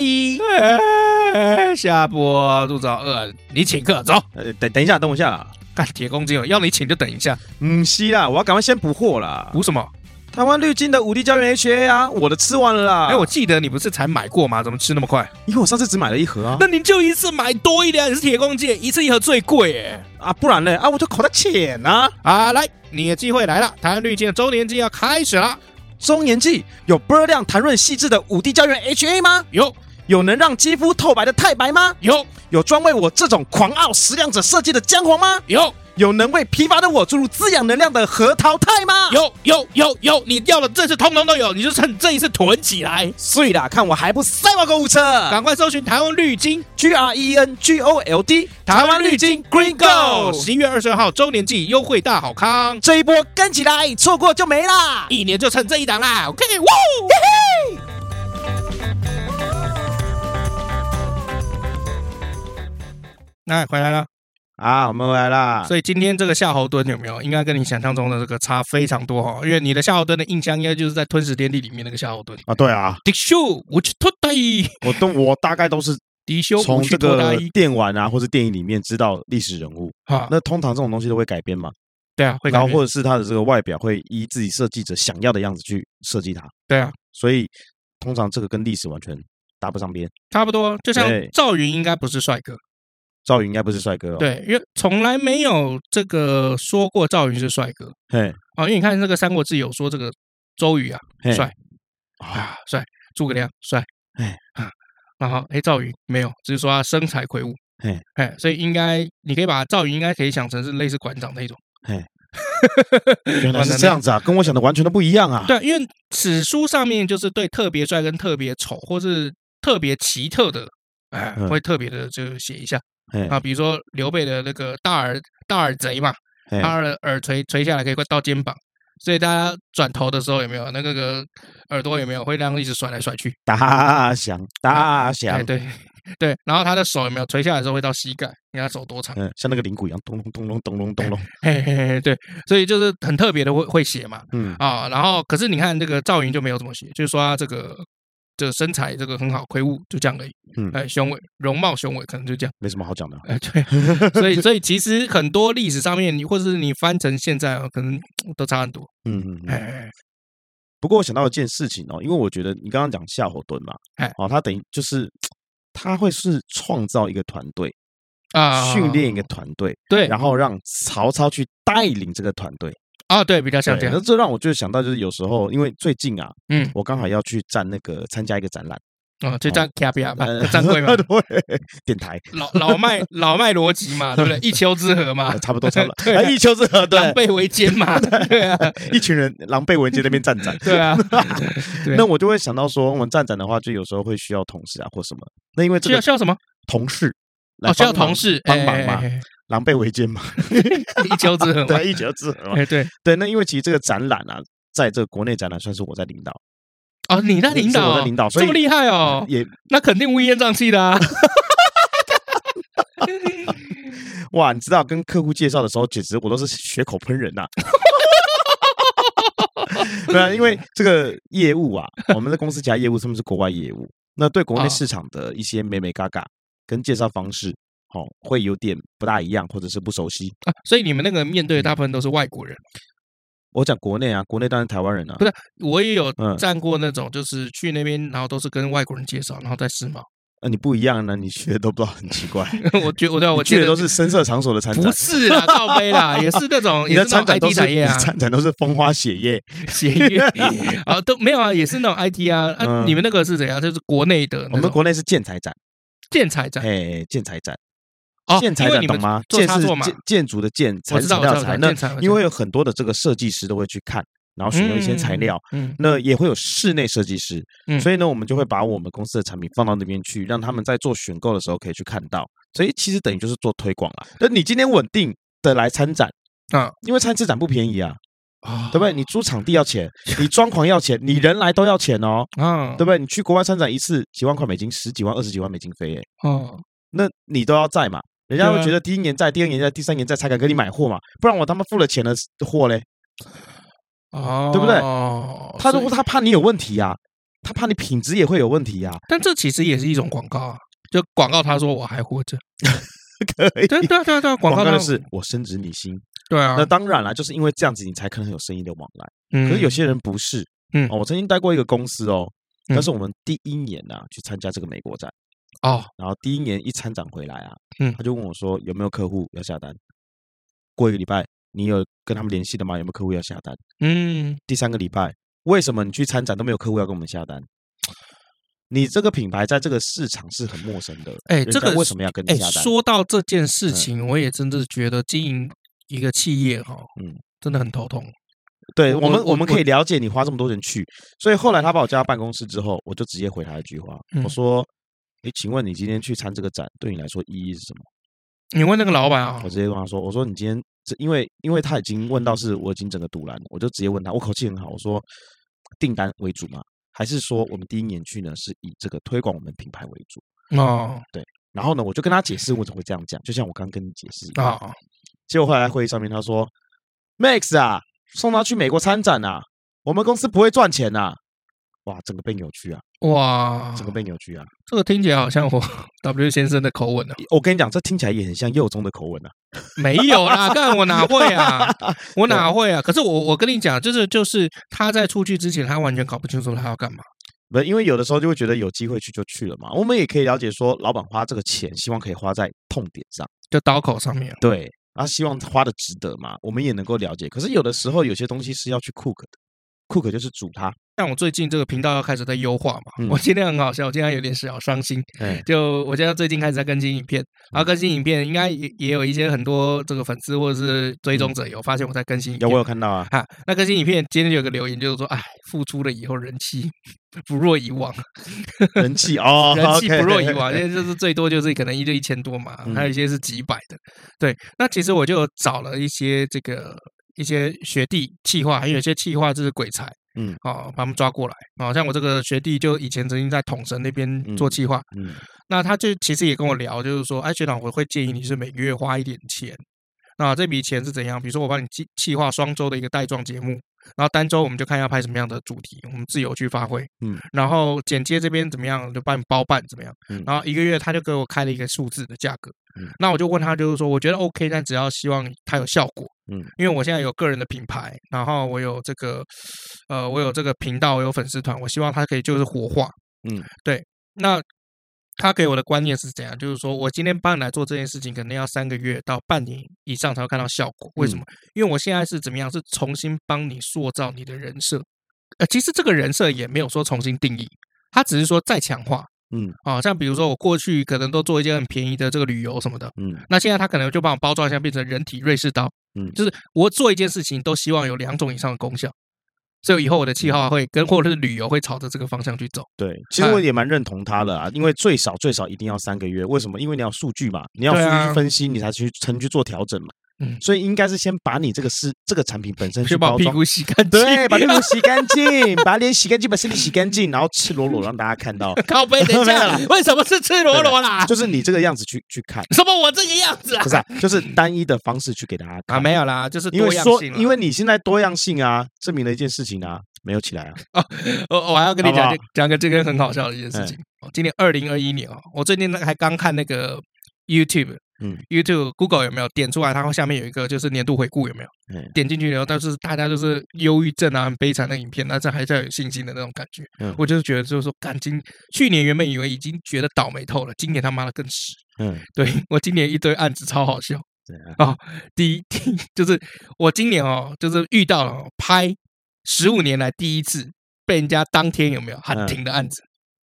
Speaker 2: 哎下播肚子好饿，你请客走。
Speaker 1: 呃，等等一下，等我一下啦。
Speaker 2: 干铁公鸡哦，要你请就等一下，
Speaker 1: 嗯，西啦，我要赶快先补货啦。
Speaker 2: 补什么？
Speaker 1: 台湾绿金的五 D 胶原 HA 啊，我的吃完了啦。
Speaker 2: 哎，我记得你不是才买过吗？怎么吃那么快？
Speaker 1: 因为我上次只买了一盒啊，
Speaker 2: 那你就一次买多一点，你是铁公鸡，一次一盒最贵哎。
Speaker 1: 啊，不然嘞啊，我就口袋浅啊。
Speaker 2: 啊，来，你的机会来了，台湾绿金的周年庆要开始了。
Speaker 1: 中年季有波量弹润细致的五 D 胶原 HA 吗？
Speaker 2: 有
Speaker 1: 有能让肌肤透白的太白吗？
Speaker 2: 有
Speaker 1: 有专为我这种狂傲食量者设计的姜黄吗？
Speaker 2: 有
Speaker 1: 有能为疲乏的我注入滋养能量的核桃肽吗？
Speaker 2: 有有有有，你要的这次通通都有，你就趁这一次囤起来，
Speaker 1: 碎啦，看我还不塞爆购物车
Speaker 2: 赶快搜寻台湾绿金。
Speaker 1: ！G R E N G O L D，台湾绿金 Green
Speaker 2: Go，
Speaker 1: Go，
Speaker 2: 十一月二十二号周年季优惠大好康，
Speaker 1: 这一波跟起来，错过就没啦！
Speaker 2: 一年就趁这一档啦。OK，哇！那哎回来了，
Speaker 1: 啊，我们回来啦！
Speaker 2: 所以今天这个夏侯惇有没有应该跟你想象中的这个差非常多哈、哦？因为你的夏侯惇的印象应该就是在《吞食天地》里面那个夏侯惇，
Speaker 1: 啊，对啊，
Speaker 2: 迪修我去脱带，
Speaker 1: 我 都我大概都是
Speaker 2: 迪修
Speaker 1: 从
Speaker 2: 我
Speaker 1: 这
Speaker 2: 去脱
Speaker 1: 个
Speaker 2: 带
Speaker 1: 电玩啊，或是电影里面知道历史人物。
Speaker 2: 啊，
Speaker 1: 那通常这种东西都会改编嘛，
Speaker 2: 对啊，会
Speaker 1: 然
Speaker 2: 搞
Speaker 1: 后或者是他的这个外表会依自己设计者想要的样子去设计它。
Speaker 2: 对啊，
Speaker 1: 所以通常这个跟历史完全搭不上边。
Speaker 2: 差不多，就像
Speaker 1: 对
Speaker 2: 赵云应该不是帅哥，
Speaker 1: 赵云应该不是帅哥哦，，
Speaker 2: 对，因为从来没有这个说过赵云是帅哥，
Speaker 1: 嘿，
Speaker 2: 啊，因为你看这个《三国志》有说这个周瑜啊，
Speaker 1: 嘿
Speaker 2: 帅
Speaker 1: 啊，
Speaker 2: 啊帅，诸葛亮帅
Speaker 1: 哎，
Speaker 2: 啊，然后哎赵云没有，只是说他身材魁梧
Speaker 1: 哎，
Speaker 2: 哎，所以应该你可以把赵云应该可以想成是类似馆长那一种，
Speaker 1: 原来
Speaker 2: 完
Speaker 1: 是
Speaker 2: 了
Speaker 1: 这样子啊，跟我想的完全都不一样啊。
Speaker 2: 对，因为史书上面就是对特别帅跟特别丑或是特别奇特的，哎，
Speaker 1: 嗯
Speaker 2: 会特别的就写一下
Speaker 1: 嘿，
Speaker 2: 啊，比如说刘备的那个大耳大耳贼嘛，
Speaker 1: 嘿，
Speaker 2: 他的耳垂垂下来可以快到肩膀，所以大家转头的时候有没有那个个耳朵有没有会让一直甩来甩去？
Speaker 1: 大响大响
Speaker 2: 哎，，对 对，然后他的手有没有垂下来的时候会到膝盖？你看他手多长？
Speaker 1: 嗯，像那个铃鼓一样，咚隆咚隆咚隆咚隆，
Speaker 2: 嘿嘿嘿，对，所以就是很特别的会会写嘛
Speaker 1: 嗯，
Speaker 2: 啊，然后可是你看这个赵云就没有怎么写，就是说他这个这个身材这个很好，魁梧就这样而已。
Speaker 1: 嗯
Speaker 2: 哎，雄伟，容貌雄伟，可能就这样。
Speaker 1: 没什么好讲的。
Speaker 2: 哎，对，所以所以其实很多历史上面，你或者是你翻成现在啊，可能都差很多。
Speaker 1: 嗯嗯
Speaker 2: 哎
Speaker 1: 嗯。
Speaker 2: 哎，哎
Speaker 1: 不过我想到一件事情哦，因为我觉得你刚刚讲夏侯惇嘛，
Speaker 2: 哎
Speaker 1: 哦，他等于就是他会是创造一个团队，
Speaker 2: 啊，哎
Speaker 1: 训练一个团队，
Speaker 2: 对，
Speaker 1: 然后让曹操去带领这个团队。
Speaker 2: 啊，对，比较像这
Speaker 1: 对那
Speaker 2: 样。
Speaker 1: 这让我就想到，就是有时候因为最近啊，
Speaker 2: 嗯，
Speaker 1: 我刚好要去站那个参加一个展览，
Speaker 2: 啊，就这样卡比亚吧
Speaker 1: 呃，
Speaker 2: 站柜嘛，
Speaker 1: 对，电台
Speaker 2: 老老麦老麦逻辑嘛，对不对？一丘之貉嘛
Speaker 1: 呃，差不多差不多，
Speaker 2: 对啊
Speaker 1: 哎一丘之貉，
Speaker 2: 狼
Speaker 1: 对，
Speaker 2: 狈为 奸嘛，对啊，。
Speaker 1: 一群人狼狈为奸在那边站展
Speaker 2: 对啊，对
Speaker 1: 那我就会想到说，我们站展的话，就有时候会需要同事啊或什么。 那因为这
Speaker 2: 需要
Speaker 1: 个
Speaker 2: 需要什么？
Speaker 1: 同事来
Speaker 2: 哦，需要
Speaker 1: 帮忙
Speaker 2: 同事
Speaker 1: 帮忙嘛
Speaker 2: 哎，哎
Speaker 1: 狼狈为奸 嘛，
Speaker 2: 哎一丘之貉嘛，
Speaker 1: 对，啊一丘之貉嘛。
Speaker 2: 哎，对，
Speaker 1: 对，那因为其实这个展览啊，在这个国内展览算是我在领导，
Speaker 2: 哦，你在领
Speaker 1: 是
Speaker 2: 导
Speaker 1: 我
Speaker 2: 哦，
Speaker 1: 在领导所
Speaker 2: 这
Speaker 1: 以嗯
Speaker 2: 么厉害哦，
Speaker 1: 也
Speaker 2: 那肯定乌烟瘴气 的啊，
Speaker 1: 哇，你知道跟客户介绍的时候，简直我都是血口喷人呐、 对啊，因为这个业务啊，我们的公司其他业务他们是国外业务，那对
Speaker 2: 哦
Speaker 1: 国内市场的一些美美嘎嘎跟介绍方式，哦，会有点不大一样，或者是不熟悉。
Speaker 2: 啊所以你们那个面对
Speaker 1: 嗯
Speaker 2: 的大部分都是外国人，
Speaker 1: 我讲国内啊，国内当然台湾人啊
Speaker 2: 不，是？我也有
Speaker 1: 嗯
Speaker 2: 站过那种，就是去那边，然后都是跟外国人介绍，然后再世贸。
Speaker 1: 那你不一样啊呢，你去的都不知道，很奇怪，
Speaker 2: 我觉我对啊我
Speaker 1: 你去
Speaker 2: 觉
Speaker 1: 的
Speaker 2: 得
Speaker 1: 都是深色场所的参
Speaker 2: 不
Speaker 1: 展。
Speaker 2: 是啦，靠背啦，也是那种
Speaker 1: 你
Speaker 2: 也
Speaker 1: 的
Speaker 2: 是那
Speaker 1: 参
Speaker 2: 种
Speaker 1: 展都
Speaker 2: IT
Speaker 1: 是
Speaker 2: 产业
Speaker 1: 你
Speaker 2: 啊
Speaker 1: 的， 参展都是风花雪 月，
Speaker 2: 协议啊都没有啊，也是那种 IT 啊。啊
Speaker 1: 嗯
Speaker 2: 你们那个是怎样？就是国内的
Speaker 1: 我
Speaker 2: 那
Speaker 1: 们
Speaker 2: 种
Speaker 1: 国内是建材展，
Speaker 2: 建材展
Speaker 1: 哎，建材展，
Speaker 2: 哦，
Speaker 1: 哎建材
Speaker 2: 因为
Speaker 1: 展
Speaker 2: 你
Speaker 1: 懂
Speaker 2: 们
Speaker 1: 吗？
Speaker 2: 做
Speaker 1: 建
Speaker 2: 插
Speaker 1: 是
Speaker 2: 座嘛嗯
Speaker 1: 建，建筑的建，材
Speaker 2: 我
Speaker 1: 是
Speaker 2: 知道
Speaker 1: 材料
Speaker 2: 我知道，
Speaker 1: 材。
Speaker 2: 我知道
Speaker 1: 那
Speaker 2: 建材
Speaker 1: 因为有很多的这个设计师都会去看，然后选用一些材料。，
Speaker 2: 嗯嗯嗯
Speaker 1: 那也会有室内设计师，
Speaker 2: 嗯
Speaker 1: 所以呢，我们就会把我们公司的产品放到那边去，让他们在做选购的时候可以去看到。所以其实等于就是做推广了。那你今天稳定的来参展
Speaker 2: 啊，
Speaker 1: 因为参展不便宜啊，
Speaker 2: 啊
Speaker 1: 对不对？你租场地要钱，你装潢要钱，你人来都要钱哦，
Speaker 2: 啊，
Speaker 1: 对不对？你去国外参展一次几万块美金，十几万、二十几万美金飞耶，
Speaker 2: 哦，
Speaker 1: 那你都要在嘛？人家
Speaker 2: 对啊
Speaker 1: 会觉得第一年在，第二年在，第三年在才敢给你买货嘛，不然我他妈付了钱的货嘞，
Speaker 2: 哦，
Speaker 1: 对不对？他
Speaker 2: 所
Speaker 1: 都
Speaker 2: 以
Speaker 1: 他怕你有问题呀、他怕你品质也会有问题啊呀、
Speaker 2: 但这其实也是一种广告啊，就广告他说我还 活着，
Speaker 1: 可以
Speaker 2: 对对啊对啊对啊，
Speaker 1: 广
Speaker 2: 广告
Speaker 1: 告
Speaker 2: 他
Speaker 1: 的是我深植你心，
Speaker 2: 对啊
Speaker 1: 那，当然啦，就是因为这样子你才可能有生意的往来。
Speaker 2: 可
Speaker 1: 可是有些人不是，
Speaker 2: 嗯
Speaker 1: 哦，我曾经带过一个公司哦，
Speaker 2: 嗯
Speaker 1: 但是我们第一年呢、啊、去参加这个美国展，
Speaker 2: 哦，
Speaker 1: 然后第一年一参展回来啊，
Speaker 2: 嗯
Speaker 1: 他就问我说有没有客户要下单，过一个礼拜你有跟他们联系的吗？有没有客户要下单？
Speaker 2: 嗯，
Speaker 1: 第三个礼拜，为什么你去参展都没有客户要跟我们下单？你这个品牌在这个市场是很陌生的，
Speaker 2: 哎
Speaker 1: 人家
Speaker 2: 这个
Speaker 1: 为什么要跟你
Speaker 2: 哎，
Speaker 1: 下单？嗯
Speaker 2: 说到这件事情，我也真的觉得经营一个企业哈，嗯
Speaker 1: 嗯，
Speaker 2: 真的很头痛。
Speaker 1: 对
Speaker 2: 我
Speaker 1: 我们，
Speaker 2: 我
Speaker 1: 我们
Speaker 2: 我
Speaker 1: 可以了解你花这么多人去，所以后来他把我叫到办公室之后，我就直接回他一句话，
Speaker 2: 嗯
Speaker 1: 我说：“哎，请问你今天去参这个展，对你来说意义是什么
Speaker 2: 你问那个老板啊？”
Speaker 1: 我，直接跟他说：“我说你今天这，因为因为他已经问到是我已经整个堵拦了，我就直接问他，我口气很好，我说订单为主嘛，还是说我们第一年去呢是以这个推广我们品牌为主？”
Speaker 2: 哦
Speaker 1: 然后呢，我就跟他解释为什么会这样讲，就像我刚刚跟你解释一样。
Speaker 2: 哦，
Speaker 1: 结果后来在会议上面他说，Max 啊，送他去美国参展啊，我们公司不会赚钱呐、哇，整个被扭曲啊，
Speaker 2: 哇，
Speaker 1: 整个被扭曲啊！
Speaker 2: 这个听起来好像 我 W 先生的口吻啊，
Speaker 1: 我跟你讲，这听起来也很像幼中的口吻啊。
Speaker 2: 没有啦，干我哪会 啊，我哪会啊？可是我我跟你讲，就是就是他在出去之前，他完全搞不清楚他要干嘛。
Speaker 1: 不，因为有的时候就会觉得有机会去就去了嘛。我们也可以了解说，老板花这个钱，希望可以花在痛点上，
Speaker 2: 就刀口上面，啊
Speaker 1: 对，然后希望花的值得嘛。我们也能够了解。可是有的时候有些东西是要去 cook 的，cook 就是煮它。
Speaker 2: 像我最近这个频道要开始在优化嘛，
Speaker 1: 嗯
Speaker 2: 我今天很好笑，我今天有点小伤心，
Speaker 1: 哎，
Speaker 2: 就我现在最近开始在更新影片，然后更新影片应该也也有一些很多这个粉丝或者是追踪者有发现我在更新影
Speaker 1: 嗯有
Speaker 2: 片
Speaker 1: 我有看到啊，
Speaker 2: 哈，那更新影片今天有个留言就是说，哎，付出了以后人气 不若以往，
Speaker 1: 人气哦，
Speaker 2: 人气
Speaker 1: OK
Speaker 2: 不若以 往，因为就是最多就是可能一就一千多嘛，
Speaker 1: 嗯
Speaker 2: 还有一些是几百的。对，那其实我就找了一些这个一些学弟气化，还有一些气化就是鬼才，
Speaker 1: 嗯，
Speaker 2: 哦，把他们抓过来。哦，像我这个学弟就以前曾经在统神那边做
Speaker 1: 嗯
Speaker 2: 气化，
Speaker 1: 嗯
Speaker 2: 那他就其实也跟我聊，就是说，哎，学长，我会建议你是每个月花一点钱。那这笔钱是怎样？比如说，我帮你计计划双周的一个带状节目，然后单周我们就看要拍什么样的主题，我们自由去发挥。
Speaker 1: 嗯，
Speaker 2: 然后剪接这边怎么样，就帮你包办怎么样
Speaker 1: 嗯。
Speaker 2: 然后一个月他就给我开了一个数字的价格
Speaker 1: 嗯，
Speaker 2: 那我就问他，就是说我觉得 OK，但只要希望它有效果。
Speaker 1: 嗯，
Speaker 2: 因为我现在有个人的品牌，然后我有这个，呃，我有这个频道，我有粉丝团，我希望它可以就是活化。
Speaker 1: 嗯，
Speaker 2: 对。那他给我的观念是怎样？就是说我今天帮你来做这件事情，可能要三个月到半年以上才会看到效果。
Speaker 1: 嗯
Speaker 2: 为什么？因为我现在是怎么样？是重新帮你塑造你的人设。呃，其实这个人设也没有说重新定义，它只是说再强化。
Speaker 1: 嗯，
Speaker 2: 啊，像比如说我过去可能都做一些很便宜的这个旅游什么的，
Speaker 1: 嗯
Speaker 2: 那现在他可能就帮我包装一下，变成人体瑞士刀。
Speaker 1: 嗯
Speaker 2: 就是我做一件事情都希望有两种以上的功效，所以以后我的
Speaker 1: 嗯
Speaker 2: 计划会跟或者是旅游会朝着这个方向去走。
Speaker 1: 对，其实我也蛮认同他的啊，因为最少最少一定要三个月，为什么？因为你要数据嘛，你要
Speaker 2: 对
Speaker 1: 数
Speaker 2: 啊
Speaker 1: 据分析，你才去才能去做调整嘛。
Speaker 2: 嗯
Speaker 1: 所以应该是先把你这个是这个产品本身去
Speaker 2: 先把
Speaker 1: 包
Speaker 2: 我屁
Speaker 1: 装，
Speaker 2: 股洗干净，
Speaker 1: 对，把屁股洗干净，把脸洗干净，把身体洗干净，然后赤裸裸让大家看 到，
Speaker 2: 靠背等一
Speaker 1: 没有
Speaker 2: 下
Speaker 1: 啦，
Speaker 2: 为什么是赤裸裸啦？
Speaker 1: 就是你这个样子去去看，
Speaker 2: 什么我这个样子啊
Speaker 1: 不？ 是、啊，就是单一的方式去给大家看。
Speaker 2: 啊，没有啦，就是
Speaker 1: 因为
Speaker 2: 多样
Speaker 1: 说，
Speaker 2: 性啦。啊
Speaker 1: 因为你现在多样性啊，证明了一件事情啊，没有起来啊。
Speaker 2: 哦我我还要跟你
Speaker 1: 好
Speaker 2: 讲
Speaker 1: 不好
Speaker 2: 这讲个这个很好笑的一件事情。今年二零二一年哦，我最近还刚看那个 YouTube，
Speaker 1: 嗯
Speaker 2: ，YouTube Google 有没有点出来？它下面有一个就是年度回顾有没有
Speaker 1: 嗯？
Speaker 2: 点进去以后，但是大家就是忧郁症啊，很悲惨的影片，但是还是要有信心的那种感觉
Speaker 1: 嗯。
Speaker 2: 我就是觉得就是说，感今去年原本以为已经觉得倒霉透了，今年他妈的更屎。
Speaker 1: 嗯，
Speaker 2: 对我今年一堆案子超好笑。哦
Speaker 1: 对啊，
Speaker 2: 第一，第一就是我今年哦，就是遇到了哦拍十五年来第一次被人家当天有没有喊停的案子，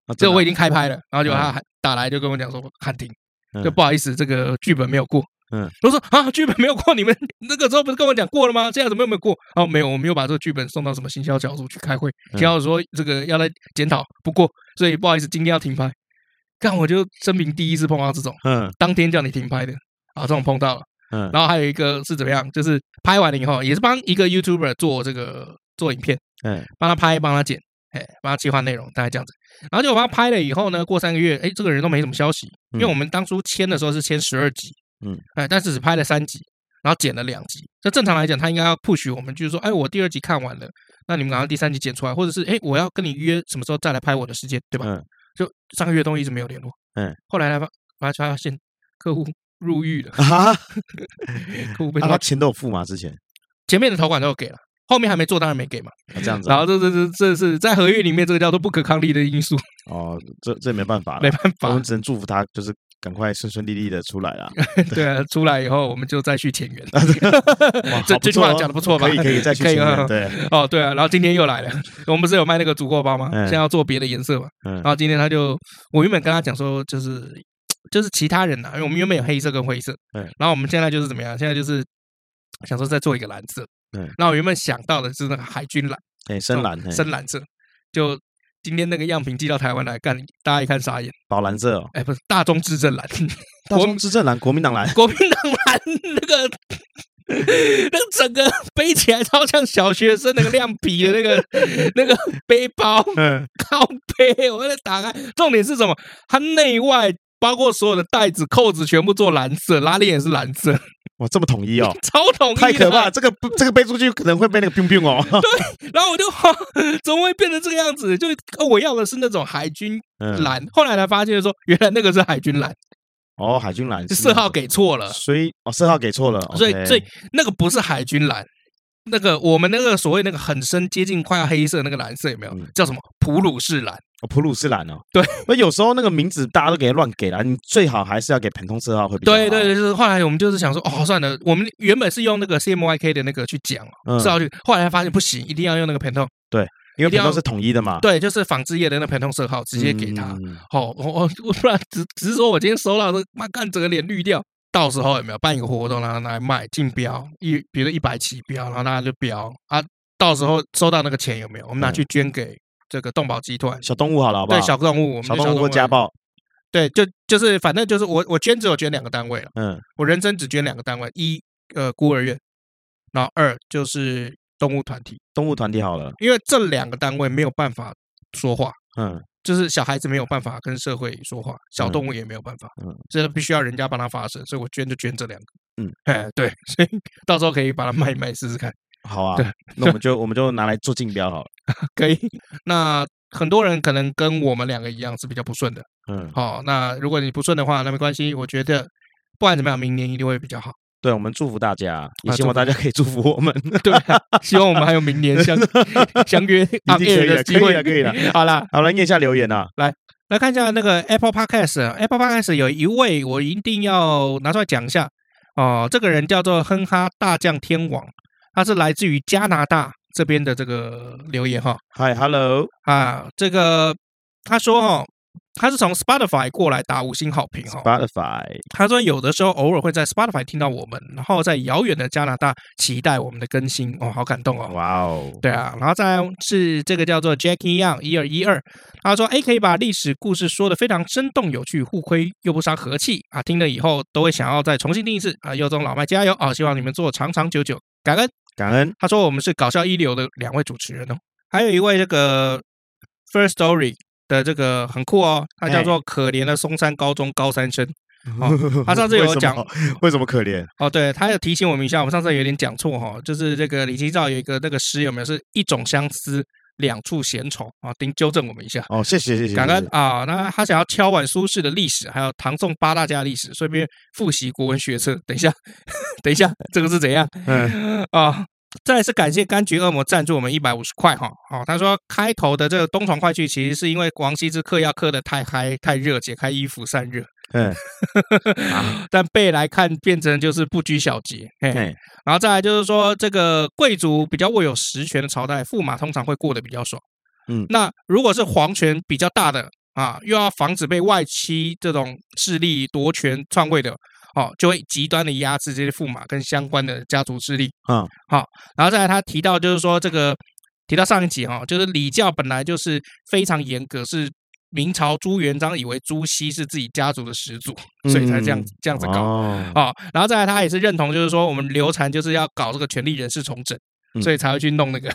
Speaker 1: 啊
Speaker 2: 这、
Speaker 1: 嗯真的
Speaker 2: 我
Speaker 1: 啊
Speaker 2: 已经开拍了，然后就
Speaker 1: 嗯
Speaker 2: 他喊打来就跟我讲说喊停，
Speaker 1: 嗯
Speaker 2: 就不好意思，这个剧本没有过。
Speaker 1: 嗯，
Speaker 2: 我说啊，剧本没有过，你们那个时候不是跟我讲过了吗？现在怎么又没有过？哦，没有，我们又把这个剧本送到什么行销小组去开会，
Speaker 1: 嗯
Speaker 2: 行销说这个要来检讨，不过，所以不好意思，今天要停拍。看，我就声明第一次碰到这种
Speaker 1: 嗯
Speaker 2: 当天叫你停拍的啊，这种碰到了。
Speaker 1: 嗯
Speaker 2: 然后还有一个是怎么样，就是拍完了以后，也是帮一个 YouTuber 做这个做影片，
Speaker 1: 嗯
Speaker 2: 帮他拍，帮他剪，哎，帮他计划内容，大概这样子。然后就我帮他拍了以后呢，过三个月，哎，这个人都没什么消息，因为
Speaker 1: 嗯
Speaker 2: 我们当初签的时候是签十二集，
Speaker 1: 嗯，
Speaker 2: 哎，但是只拍了三集，然后剪了两集。这正常来讲，他应该要 push 我们，就是说，哎，我第二集看完了，那你们赶快第三集剪出来，或者是哎，我要跟你约什么时候再来拍我的时间，对吧？
Speaker 1: 嗯，
Speaker 2: 就上个月都一直没有联络，
Speaker 1: 嗯，
Speaker 2: 后来才发发发现客户入狱了，
Speaker 1: 啊，
Speaker 2: 客户被
Speaker 1: 啊
Speaker 2: 抓
Speaker 1: 他钱都有付吗？之前
Speaker 2: 前面的投款都有给了，后面还没做当然没给嘛。
Speaker 1: 啊这样子
Speaker 2: 然
Speaker 1: 啊，
Speaker 2: 后这这这这是在合约里面，这个叫做不可抗力的因素，
Speaker 1: 哦，这这没办法了
Speaker 2: 没，办
Speaker 1: 我
Speaker 2: 法
Speaker 1: 们。只能祝福他，就是赶快顺顺利利的出来啦。
Speaker 2: 对啊，出来以后我们就再续 前缘
Speaker 1: 哇。
Speaker 2: 这
Speaker 1: 好
Speaker 2: 这
Speaker 1: 不
Speaker 2: 句
Speaker 1: 错
Speaker 2: 话
Speaker 1: 哦
Speaker 2: 讲的不错吧？
Speaker 1: 可以可以再去
Speaker 2: 可以
Speaker 1: 前
Speaker 2: 啊
Speaker 1: 面，。对，
Speaker 2: 哦，对啊，然后今天又来了，我们不是有卖那个煮锅包吗？
Speaker 1: 嗯
Speaker 2: 现在要做别的颜色嘛。
Speaker 1: 嗯
Speaker 2: 然后今天他就，我原本跟他讲说，就是就是其他人呐、因为我们原本有黑色跟灰色，
Speaker 1: 嗯
Speaker 2: 然后我们现在就是怎么样？现在就是想说再做一个蓝色，
Speaker 1: 嗯
Speaker 2: 然后我原本想到的是那个海军蓝。
Speaker 1: 哎，深蓝，嘿
Speaker 2: 深蓝色，就今天那个样品寄到台湾来干，大家一看傻眼，
Speaker 1: 宝蓝色哦，
Speaker 2: 哎，不是大中至正蓝，
Speaker 1: 大
Speaker 2: 国
Speaker 1: 中执政蓝，国民党蓝，
Speaker 2: 国民党蓝那个。那个整个背起来超像小学生那个亮皮的那个那个背包
Speaker 1: 嗯，
Speaker 2: 靠背，我在打开。重点是什么？它内外包括所有的袋子、扣子全部做蓝色，拉链也是蓝色，
Speaker 1: 哇，这么统一哦，
Speaker 2: 超 统一的。
Speaker 1: 太可怕了，这个不这个背出去可能会被那个 冰冰哦，
Speaker 2: 然后我就哈，怎么会变成这个样子？就哦我要的是那种海军
Speaker 1: 嗯，
Speaker 2: 蓝，后来才发现说，原来那个是海军蓝，
Speaker 1: 哦，海军蓝是
Speaker 2: 色
Speaker 1: 那
Speaker 2: 号
Speaker 1: 个
Speaker 2: 给错了，
Speaker 1: 所以哦，色号给错了，
Speaker 2: 所以
Speaker 1: OK
Speaker 2: 所以那个不是海军蓝，那个我们那个所谓那个很深接近快要黑色那个蓝色有没有
Speaker 1: 嗯
Speaker 2: 叫什么普鲁士蓝？
Speaker 1: 哦普鲁士蓝哦，
Speaker 2: 对，
Speaker 1: 那有时候那个名字大家都给乱给了，你最好还是要给普通色号会比较好，
Speaker 2: 对对，对，就是后来我们就是想说，哦，算了，我们原本是用那个 CMYK 的那个去讲
Speaker 1: 嗯
Speaker 2: 色号去，后来才发现不行，一定要用那个 Pantone，
Speaker 1: 因为
Speaker 2: 啊一定
Speaker 1: 普
Speaker 2: 要
Speaker 1: 通是统一的嘛，
Speaker 2: 对，就是纺织业的那 Pantone 色号直接给他。
Speaker 1: 嗯，
Speaker 2: 哦，我我我不然只只是说我今天收到的，妈干整个脸绿掉。到时候有没有办一个活动，然后拿来卖竞标，一比如一百起标，然后大家就标啊。到时候收到那个钱有没有，我们拿去捐给这个动保集团。
Speaker 1: 小动物好了，好不好？
Speaker 2: 对小动物，我们
Speaker 1: 小
Speaker 2: 就
Speaker 1: 动物或
Speaker 2: 物
Speaker 1: 家，暴，
Speaker 2: 对，就就是反正就是我我捐只有捐两个单位了，
Speaker 1: 嗯
Speaker 2: 我人生只捐两个单位，一呃孤儿院，然后二就是动物团体，
Speaker 1: 动物团体好了，
Speaker 2: 因为这两个单位没有办法说话，
Speaker 1: 嗯
Speaker 2: 就是小孩子没有办法跟社会说话，小
Speaker 1: 嗯
Speaker 2: 动物也没有办法，
Speaker 1: 嗯
Speaker 2: 所以必须要人家帮他发声，所以我捐就捐这两个，
Speaker 1: 嗯，
Speaker 2: 哎，对，所以到时候可以把它卖一卖试试看，
Speaker 1: 好啊
Speaker 2: 对，
Speaker 1: 那我们就我们就拿来做竞标好了。
Speaker 2: 可以。那很多人可能跟我们两个一样是比较不顺的。
Speaker 1: 嗯，
Speaker 2: 好、那如果你不顺的话，那没关系，我觉得不管怎么样，明年一定会比较好。
Speaker 1: 对，我们祝福大家，也
Speaker 2: 啊
Speaker 1: 希望
Speaker 2: 祝福
Speaker 1: 大家可以祝福我们。
Speaker 2: 对 啊、希望我们还有明年相 相约 on
Speaker 1: 可以
Speaker 2: air
Speaker 1: 了
Speaker 2: 的机会。
Speaker 1: 可以了可以
Speaker 2: 好啦，
Speaker 1: 好了，念一下留言啊，
Speaker 2: 来看一下那个 Apple Podcast，Apple Podcast 有一位我一定要拿出来讲一下哦，这个人叫做哼哈大将天王，他是来自于加拿大这边的这个留言哈
Speaker 1: 嗨，Hello，
Speaker 2: 啊，这个他说哈、他是从 Spotify 过来打五星好评哈、
Speaker 1: Spotify，
Speaker 2: 他说有的时候偶尔会在 Spotify 听到我们，然后在遥远的加拿大期待我们的更新哦，好感动哦。
Speaker 1: 哇哦，
Speaker 2: 对啊，然后再来是这个叫做 Jackie Young 一二一二，他说：“哎，可以把历史故事说的非常生动有趣，互亏又不伤和气啊！听了以后都会想要再重新听一次啊！佑宗老麦加油啊！希望你们做长长久久，感恩。
Speaker 1: 感恩”
Speaker 2: 他说：“我们是搞笑一流的两位主持人哦，还有一位这个 First Story 的这个很酷哦，他叫做可怜的松山高中高三生。” 哦他上次有
Speaker 1: 为什么
Speaker 2: 讲
Speaker 1: 为什么可怜，
Speaker 2: 哦，对，他有提醒我们一下，我们上次有点讲错哈、就是这个李清照有一个那个诗有没有是一种相思，两处闲愁啊，丁纠正我们一下，
Speaker 1: 哦，谢谢谢谢，
Speaker 2: 感恩
Speaker 1: 谢谢
Speaker 2: 啊。那他想要敲碗苏轼的历史，还有唐宋八大家的历史，顺便复习国文学册。等一下， 等一下，这个是怎样？
Speaker 1: 嗯，
Speaker 2: 啊。再来是感谢柑橘恶魔赞助我们一百五十块哈，哦，他说开头的这个东床快去其实是因为王羲之嗑药嗑的太嗨太热，解开衣服散热，
Speaker 1: 嗯，
Speaker 2: 但被来看变成就是不拘小节， 嘿，
Speaker 1: 嘿，
Speaker 2: 然后再来就是说，这个贵族比较握有实权的朝代，驸马通常会过得比较爽。
Speaker 1: 嗯
Speaker 2: 那如果是皇权比较大的啊，又要防止被外戚这种势力夺权篡位的，哦，就会极端的压制这些驸马跟相关的家族势力。
Speaker 1: 嗯，
Speaker 2: 好，然后再来他提到就是说这个提到上一集哈、哦，就是礼教本来就是非常严格，是明朝朱元璋以为朱熹是自己家族的始祖，所以才这样、
Speaker 1: 嗯
Speaker 2: 这样子搞。
Speaker 1: 哦，
Speaker 2: 哦，然后再来他也是认同，就是说我们流产就是要搞这个权利人事重整，
Speaker 1: 嗯
Speaker 2: 所以才会去弄那个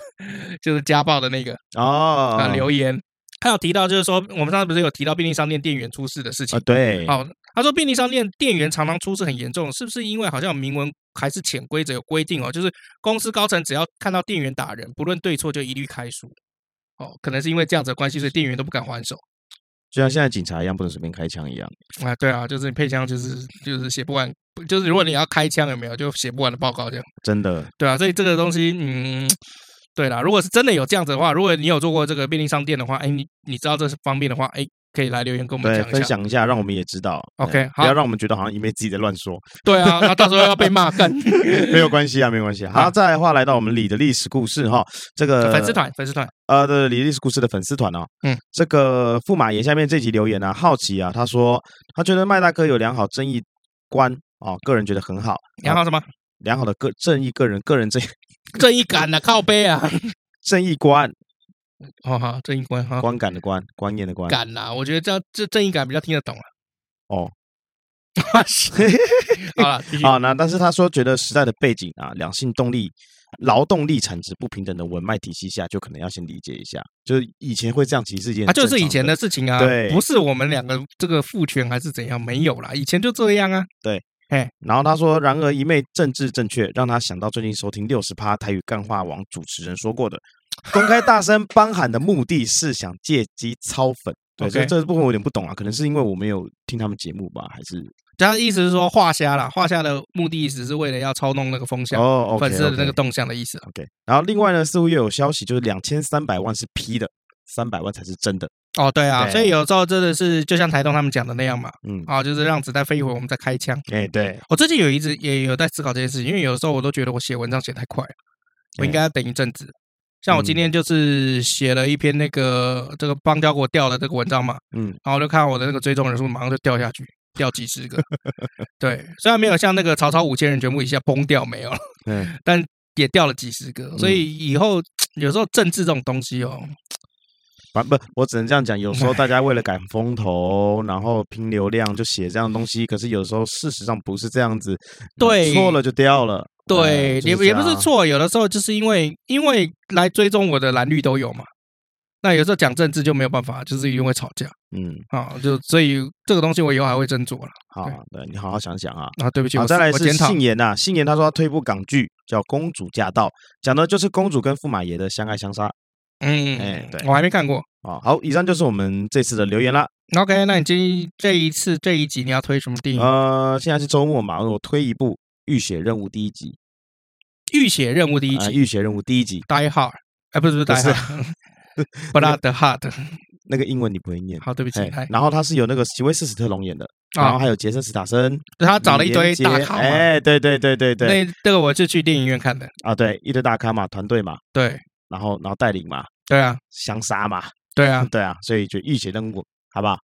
Speaker 2: 就是家暴的那个
Speaker 1: 哦，
Speaker 2: 啊、留言。他有提到，就是说我们上次不是有提到便利商店店员出事的事情
Speaker 1: 啊，？对，
Speaker 2: 哦，他说便利商店店员常常出事很严重，是不是因为好像有明文还是潜规则有规定哦？就是公司高层只要看到店员打人，不论对错就一律开除。哦，可能是因为这样子的关系，所以店员都不敢还手
Speaker 1: 就像现在警察一样，不能随便开枪一样。
Speaker 2: 啊。对啊，就是配枪，就是就是写不完，就是如果你要开枪有没有，就写不完的报告这样。
Speaker 1: 真的，
Speaker 2: 对啊，所以这个东西，嗯，对啦，如果是真的有这样子的话，如果你有做过这个便利商店的话，哎，你你知道这是方便的话，哎，可以来留言跟我们
Speaker 1: 对，
Speaker 2: 讲一
Speaker 1: 分
Speaker 2: 下。
Speaker 1: 享一下，让我们也知道。
Speaker 2: OK，
Speaker 1: 哎不
Speaker 2: 好
Speaker 1: 要让我们觉得好像因为自己在乱说，
Speaker 2: 对啊，那到时候要被骂 干。
Speaker 1: 没有关系啊，没有关系啊。好，再来的话，来到我们李的历史故事哈，这个
Speaker 2: 粉丝团，粉丝团，
Speaker 1: 呃的李历史故事的粉丝团哦，
Speaker 2: 嗯，
Speaker 1: 这个驸马爷下面这集留言啊，好奇啊，他说他觉得麦大哥有良好正义观哦，个人觉得很好，
Speaker 2: 然后什么
Speaker 1: 良好的个正义个人个人正
Speaker 2: 正义感啊，靠背啊，
Speaker 1: 正义观
Speaker 2: 哦好，正义观哈
Speaker 1: 观感的观观念的观
Speaker 2: 感啊，我觉得这样这正义感比较听得懂了。啊
Speaker 1: 哦，
Speaker 2: 好了，继 续
Speaker 1: 啊，那但是他说觉得时代的背景啊，两性动力、劳动力产值不平等的文脉体系下，就可能要先理解一下，就是以前会这样，其实是一件
Speaker 2: 啊，就是
Speaker 1: 正
Speaker 2: 以
Speaker 1: 常
Speaker 2: 前
Speaker 1: 的
Speaker 2: 的事情啊，
Speaker 1: 对
Speaker 2: 不是我们两个这个父权还是怎样，没有啦，以前就这样啊。
Speaker 1: 然后他说，然而一昧政治正确，让他想到最近收听六十趴台语干话王主持人说过的，公开大声帮喊的目的是想借机操粉。对，这
Speaker 2: OK
Speaker 1: 这部分我有点不懂啊，可能是因为我没有听他们节目吧，还是
Speaker 2: 他的意思是说画虾啦，画虾的目的只是为了要操弄那个风向，
Speaker 1: 哦，OK，
Speaker 2: 粉丝的那
Speaker 1: OK
Speaker 2: 个动向的意思。
Speaker 1: OK。然后另外呢，似乎又有消息，就是两千三百万是 P 的，三百万才是真的。
Speaker 2: 哦，对啊，
Speaker 1: 对
Speaker 2: 所以有时候真的是就像台东他们讲的那样嘛，
Speaker 1: 嗯，
Speaker 2: 啊，就是让子弹飞一会儿，我们再开枪。
Speaker 1: 哎，对，
Speaker 2: 我最近有一直也有在思考这件事情，因为有时候我都觉得我写文章写太快了，我应
Speaker 1: 哎
Speaker 2: 该要等一阵子。像
Speaker 1: 嗯
Speaker 2: 我今天就是写了一篇那个这个邦交国掉的这个文章嘛，
Speaker 1: 嗯，
Speaker 2: 然后我就看我的那个追踪人数马上就掉下去，掉几十个。 对，虽然没有像那个曹操五千人全部一下崩掉没有了，
Speaker 1: 嗯，
Speaker 2: 但也掉了几十个。所以以后有时候政治这种东西哦，
Speaker 1: 反不，我只能这样讲。有时候大家为了赶风头，然后拼流量，就写这样的东西。可是有时候事实上不是这样子，
Speaker 2: 对
Speaker 1: 错了就掉了。
Speaker 2: 对，
Speaker 1: 哎
Speaker 2: 也也不是，错，有的时候就是因为因为来追踪我的蓝绿都有嘛，那有时候讲政治就没有办法，就是一定会吵架
Speaker 1: 嗯，
Speaker 2: 啊。就所以这个东西我以后还会斟酌了
Speaker 1: 好，对你好好想想啊。
Speaker 2: 啊。对不起，
Speaker 1: 好，
Speaker 2: 我
Speaker 1: 再来
Speaker 2: 我
Speaker 1: 是
Speaker 2: 检讨
Speaker 1: 信言呐，信言他说他推部港剧叫《公主驾到》，讲的就是公主跟驸马爷的相爱相杀。
Speaker 2: 嗯，
Speaker 1: 哎对
Speaker 2: 我还没看过。
Speaker 1: 哦，好，以上就是我们这次的留言啦。
Speaker 2: OK，那你这一这一次这一集你要推什么电影？《
Speaker 1: 呃，现在是周末嘛，我推一部《浴血任务》第一集，
Speaker 2: 浴血任务》第一
Speaker 1: 啊，《
Speaker 2: 集，
Speaker 1: 浴血任务》第一集，
Speaker 2: 《Die Hard》哎，不是不是《
Speaker 1: 不
Speaker 2: Die
Speaker 1: 是
Speaker 2: Hard》，Blood Hard。
Speaker 1: 那个英文你不会念。
Speaker 2: 好，对不起，
Speaker 1: 哎
Speaker 2: 哎，
Speaker 1: 然后他是由那个席威斯·史特龙演的，然后
Speaker 2: 啊，
Speaker 1: 还有杰森·斯塔森，
Speaker 2: 他找了一
Speaker 1: 李
Speaker 2: 堆
Speaker 1: 连
Speaker 2: 大
Speaker 1: 杰
Speaker 2: 咖嘛。
Speaker 1: 哎，对对对对对，
Speaker 2: 那这个我是去电影院看的。
Speaker 1: 啊，对，一堆大咖嘛，团队嘛，
Speaker 2: 对
Speaker 1: 然后然后带领嘛，
Speaker 2: 对啊，
Speaker 1: 相杀嘛，，
Speaker 2: 对啊
Speaker 1: 对啊，所以就浴血任务，好不好？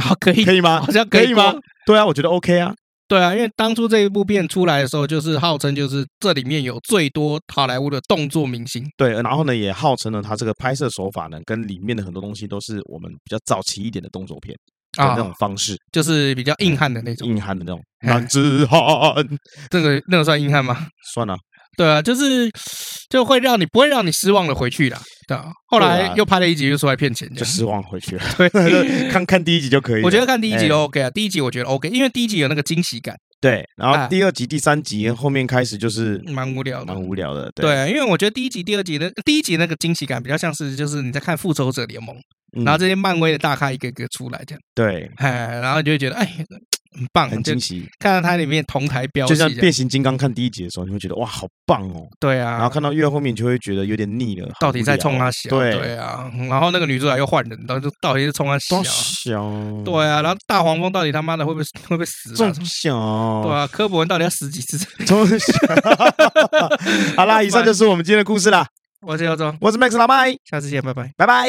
Speaker 2: 好可以
Speaker 1: 可以吗
Speaker 2: 好？像
Speaker 1: 可以
Speaker 2: 以
Speaker 1: 吗
Speaker 2: 过？
Speaker 1: 对啊，我觉得 OK 啊，
Speaker 2: 对啊，因为当初这一部片出来的时候，就是号称就是这里面有最多好莱坞的动作明星。
Speaker 1: 对，然后呢，也号称呢，它这个拍摄手法呢，跟里面的很多东西都是我们比较早期一点的动作片的
Speaker 2: 啊
Speaker 1: 那种方式，
Speaker 2: 就是比较硬汉的那种，
Speaker 1: 硬汉的那种
Speaker 2: 哎
Speaker 1: 男子汉，
Speaker 2: 这个那个算硬汉吗？
Speaker 1: 算了，
Speaker 2: 对啊，就是就会让你不会让你失望的回去的，对啊。后
Speaker 1: 对
Speaker 2: 来
Speaker 1: 啊
Speaker 2: 又拍了一集，又出来骗钱这
Speaker 1: 就
Speaker 2: 样，
Speaker 1: 失望回去了。
Speaker 2: 对。
Speaker 1: 看看第一集就可以了，
Speaker 2: 我觉得看第一集
Speaker 1: 哎
Speaker 2: 就 OK 啊，第一集我觉得 OK，因为第一集有那个惊喜感，
Speaker 1: 对，然后
Speaker 2: 啊
Speaker 1: 第二集、第三集后面开始就是
Speaker 2: 蛮无聊的
Speaker 1: 蛮。无聊的，对，
Speaker 2: 对，因为我觉得第一集、第二集的第一集那个惊喜感比较像是就是你在看《复仇者联盟》，
Speaker 1: 嗯
Speaker 2: 然后这些漫威的大咖一个一个出来这样，
Speaker 1: 对，
Speaker 2: 哎，然后你就会觉得哎很棒，
Speaker 1: 很
Speaker 2: 就
Speaker 1: 惊喜。
Speaker 2: 看到它里面同台标
Speaker 1: 就
Speaker 2: 戏
Speaker 1: 像
Speaker 2: 这样，
Speaker 1: 变形金刚看第一集的时候，你会觉得哇，好棒哦！
Speaker 2: 对
Speaker 1: 然后
Speaker 2: 啊，
Speaker 1: 看到越后面，你就会觉得有点腻了。好
Speaker 2: 到底
Speaker 1: 无
Speaker 2: 在
Speaker 1: 聊
Speaker 2: 冲他
Speaker 1: 哦
Speaker 2: 笑，
Speaker 1: 对，
Speaker 2: 对啊，然后那个女主角又换人，然后就到底是冲他笑
Speaker 1: 多
Speaker 2: 啊，
Speaker 1: 小，
Speaker 2: 对啊，然后大黄蜂到底他妈的会不会 会不会死啊？
Speaker 1: 中
Speaker 2: 什么对
Speaker 1: 小，
Speaker 2: 啊，科博文到底要死几次？
Speaker 1: 中小。 好啦，以上就是我们今天的故事啦。
Speaker 2: 我是姚忠，
Speaker 1: 我是 Max 老麦，
Speaker 2: 下次见，拜拜。
Speaker 1: 拜拜。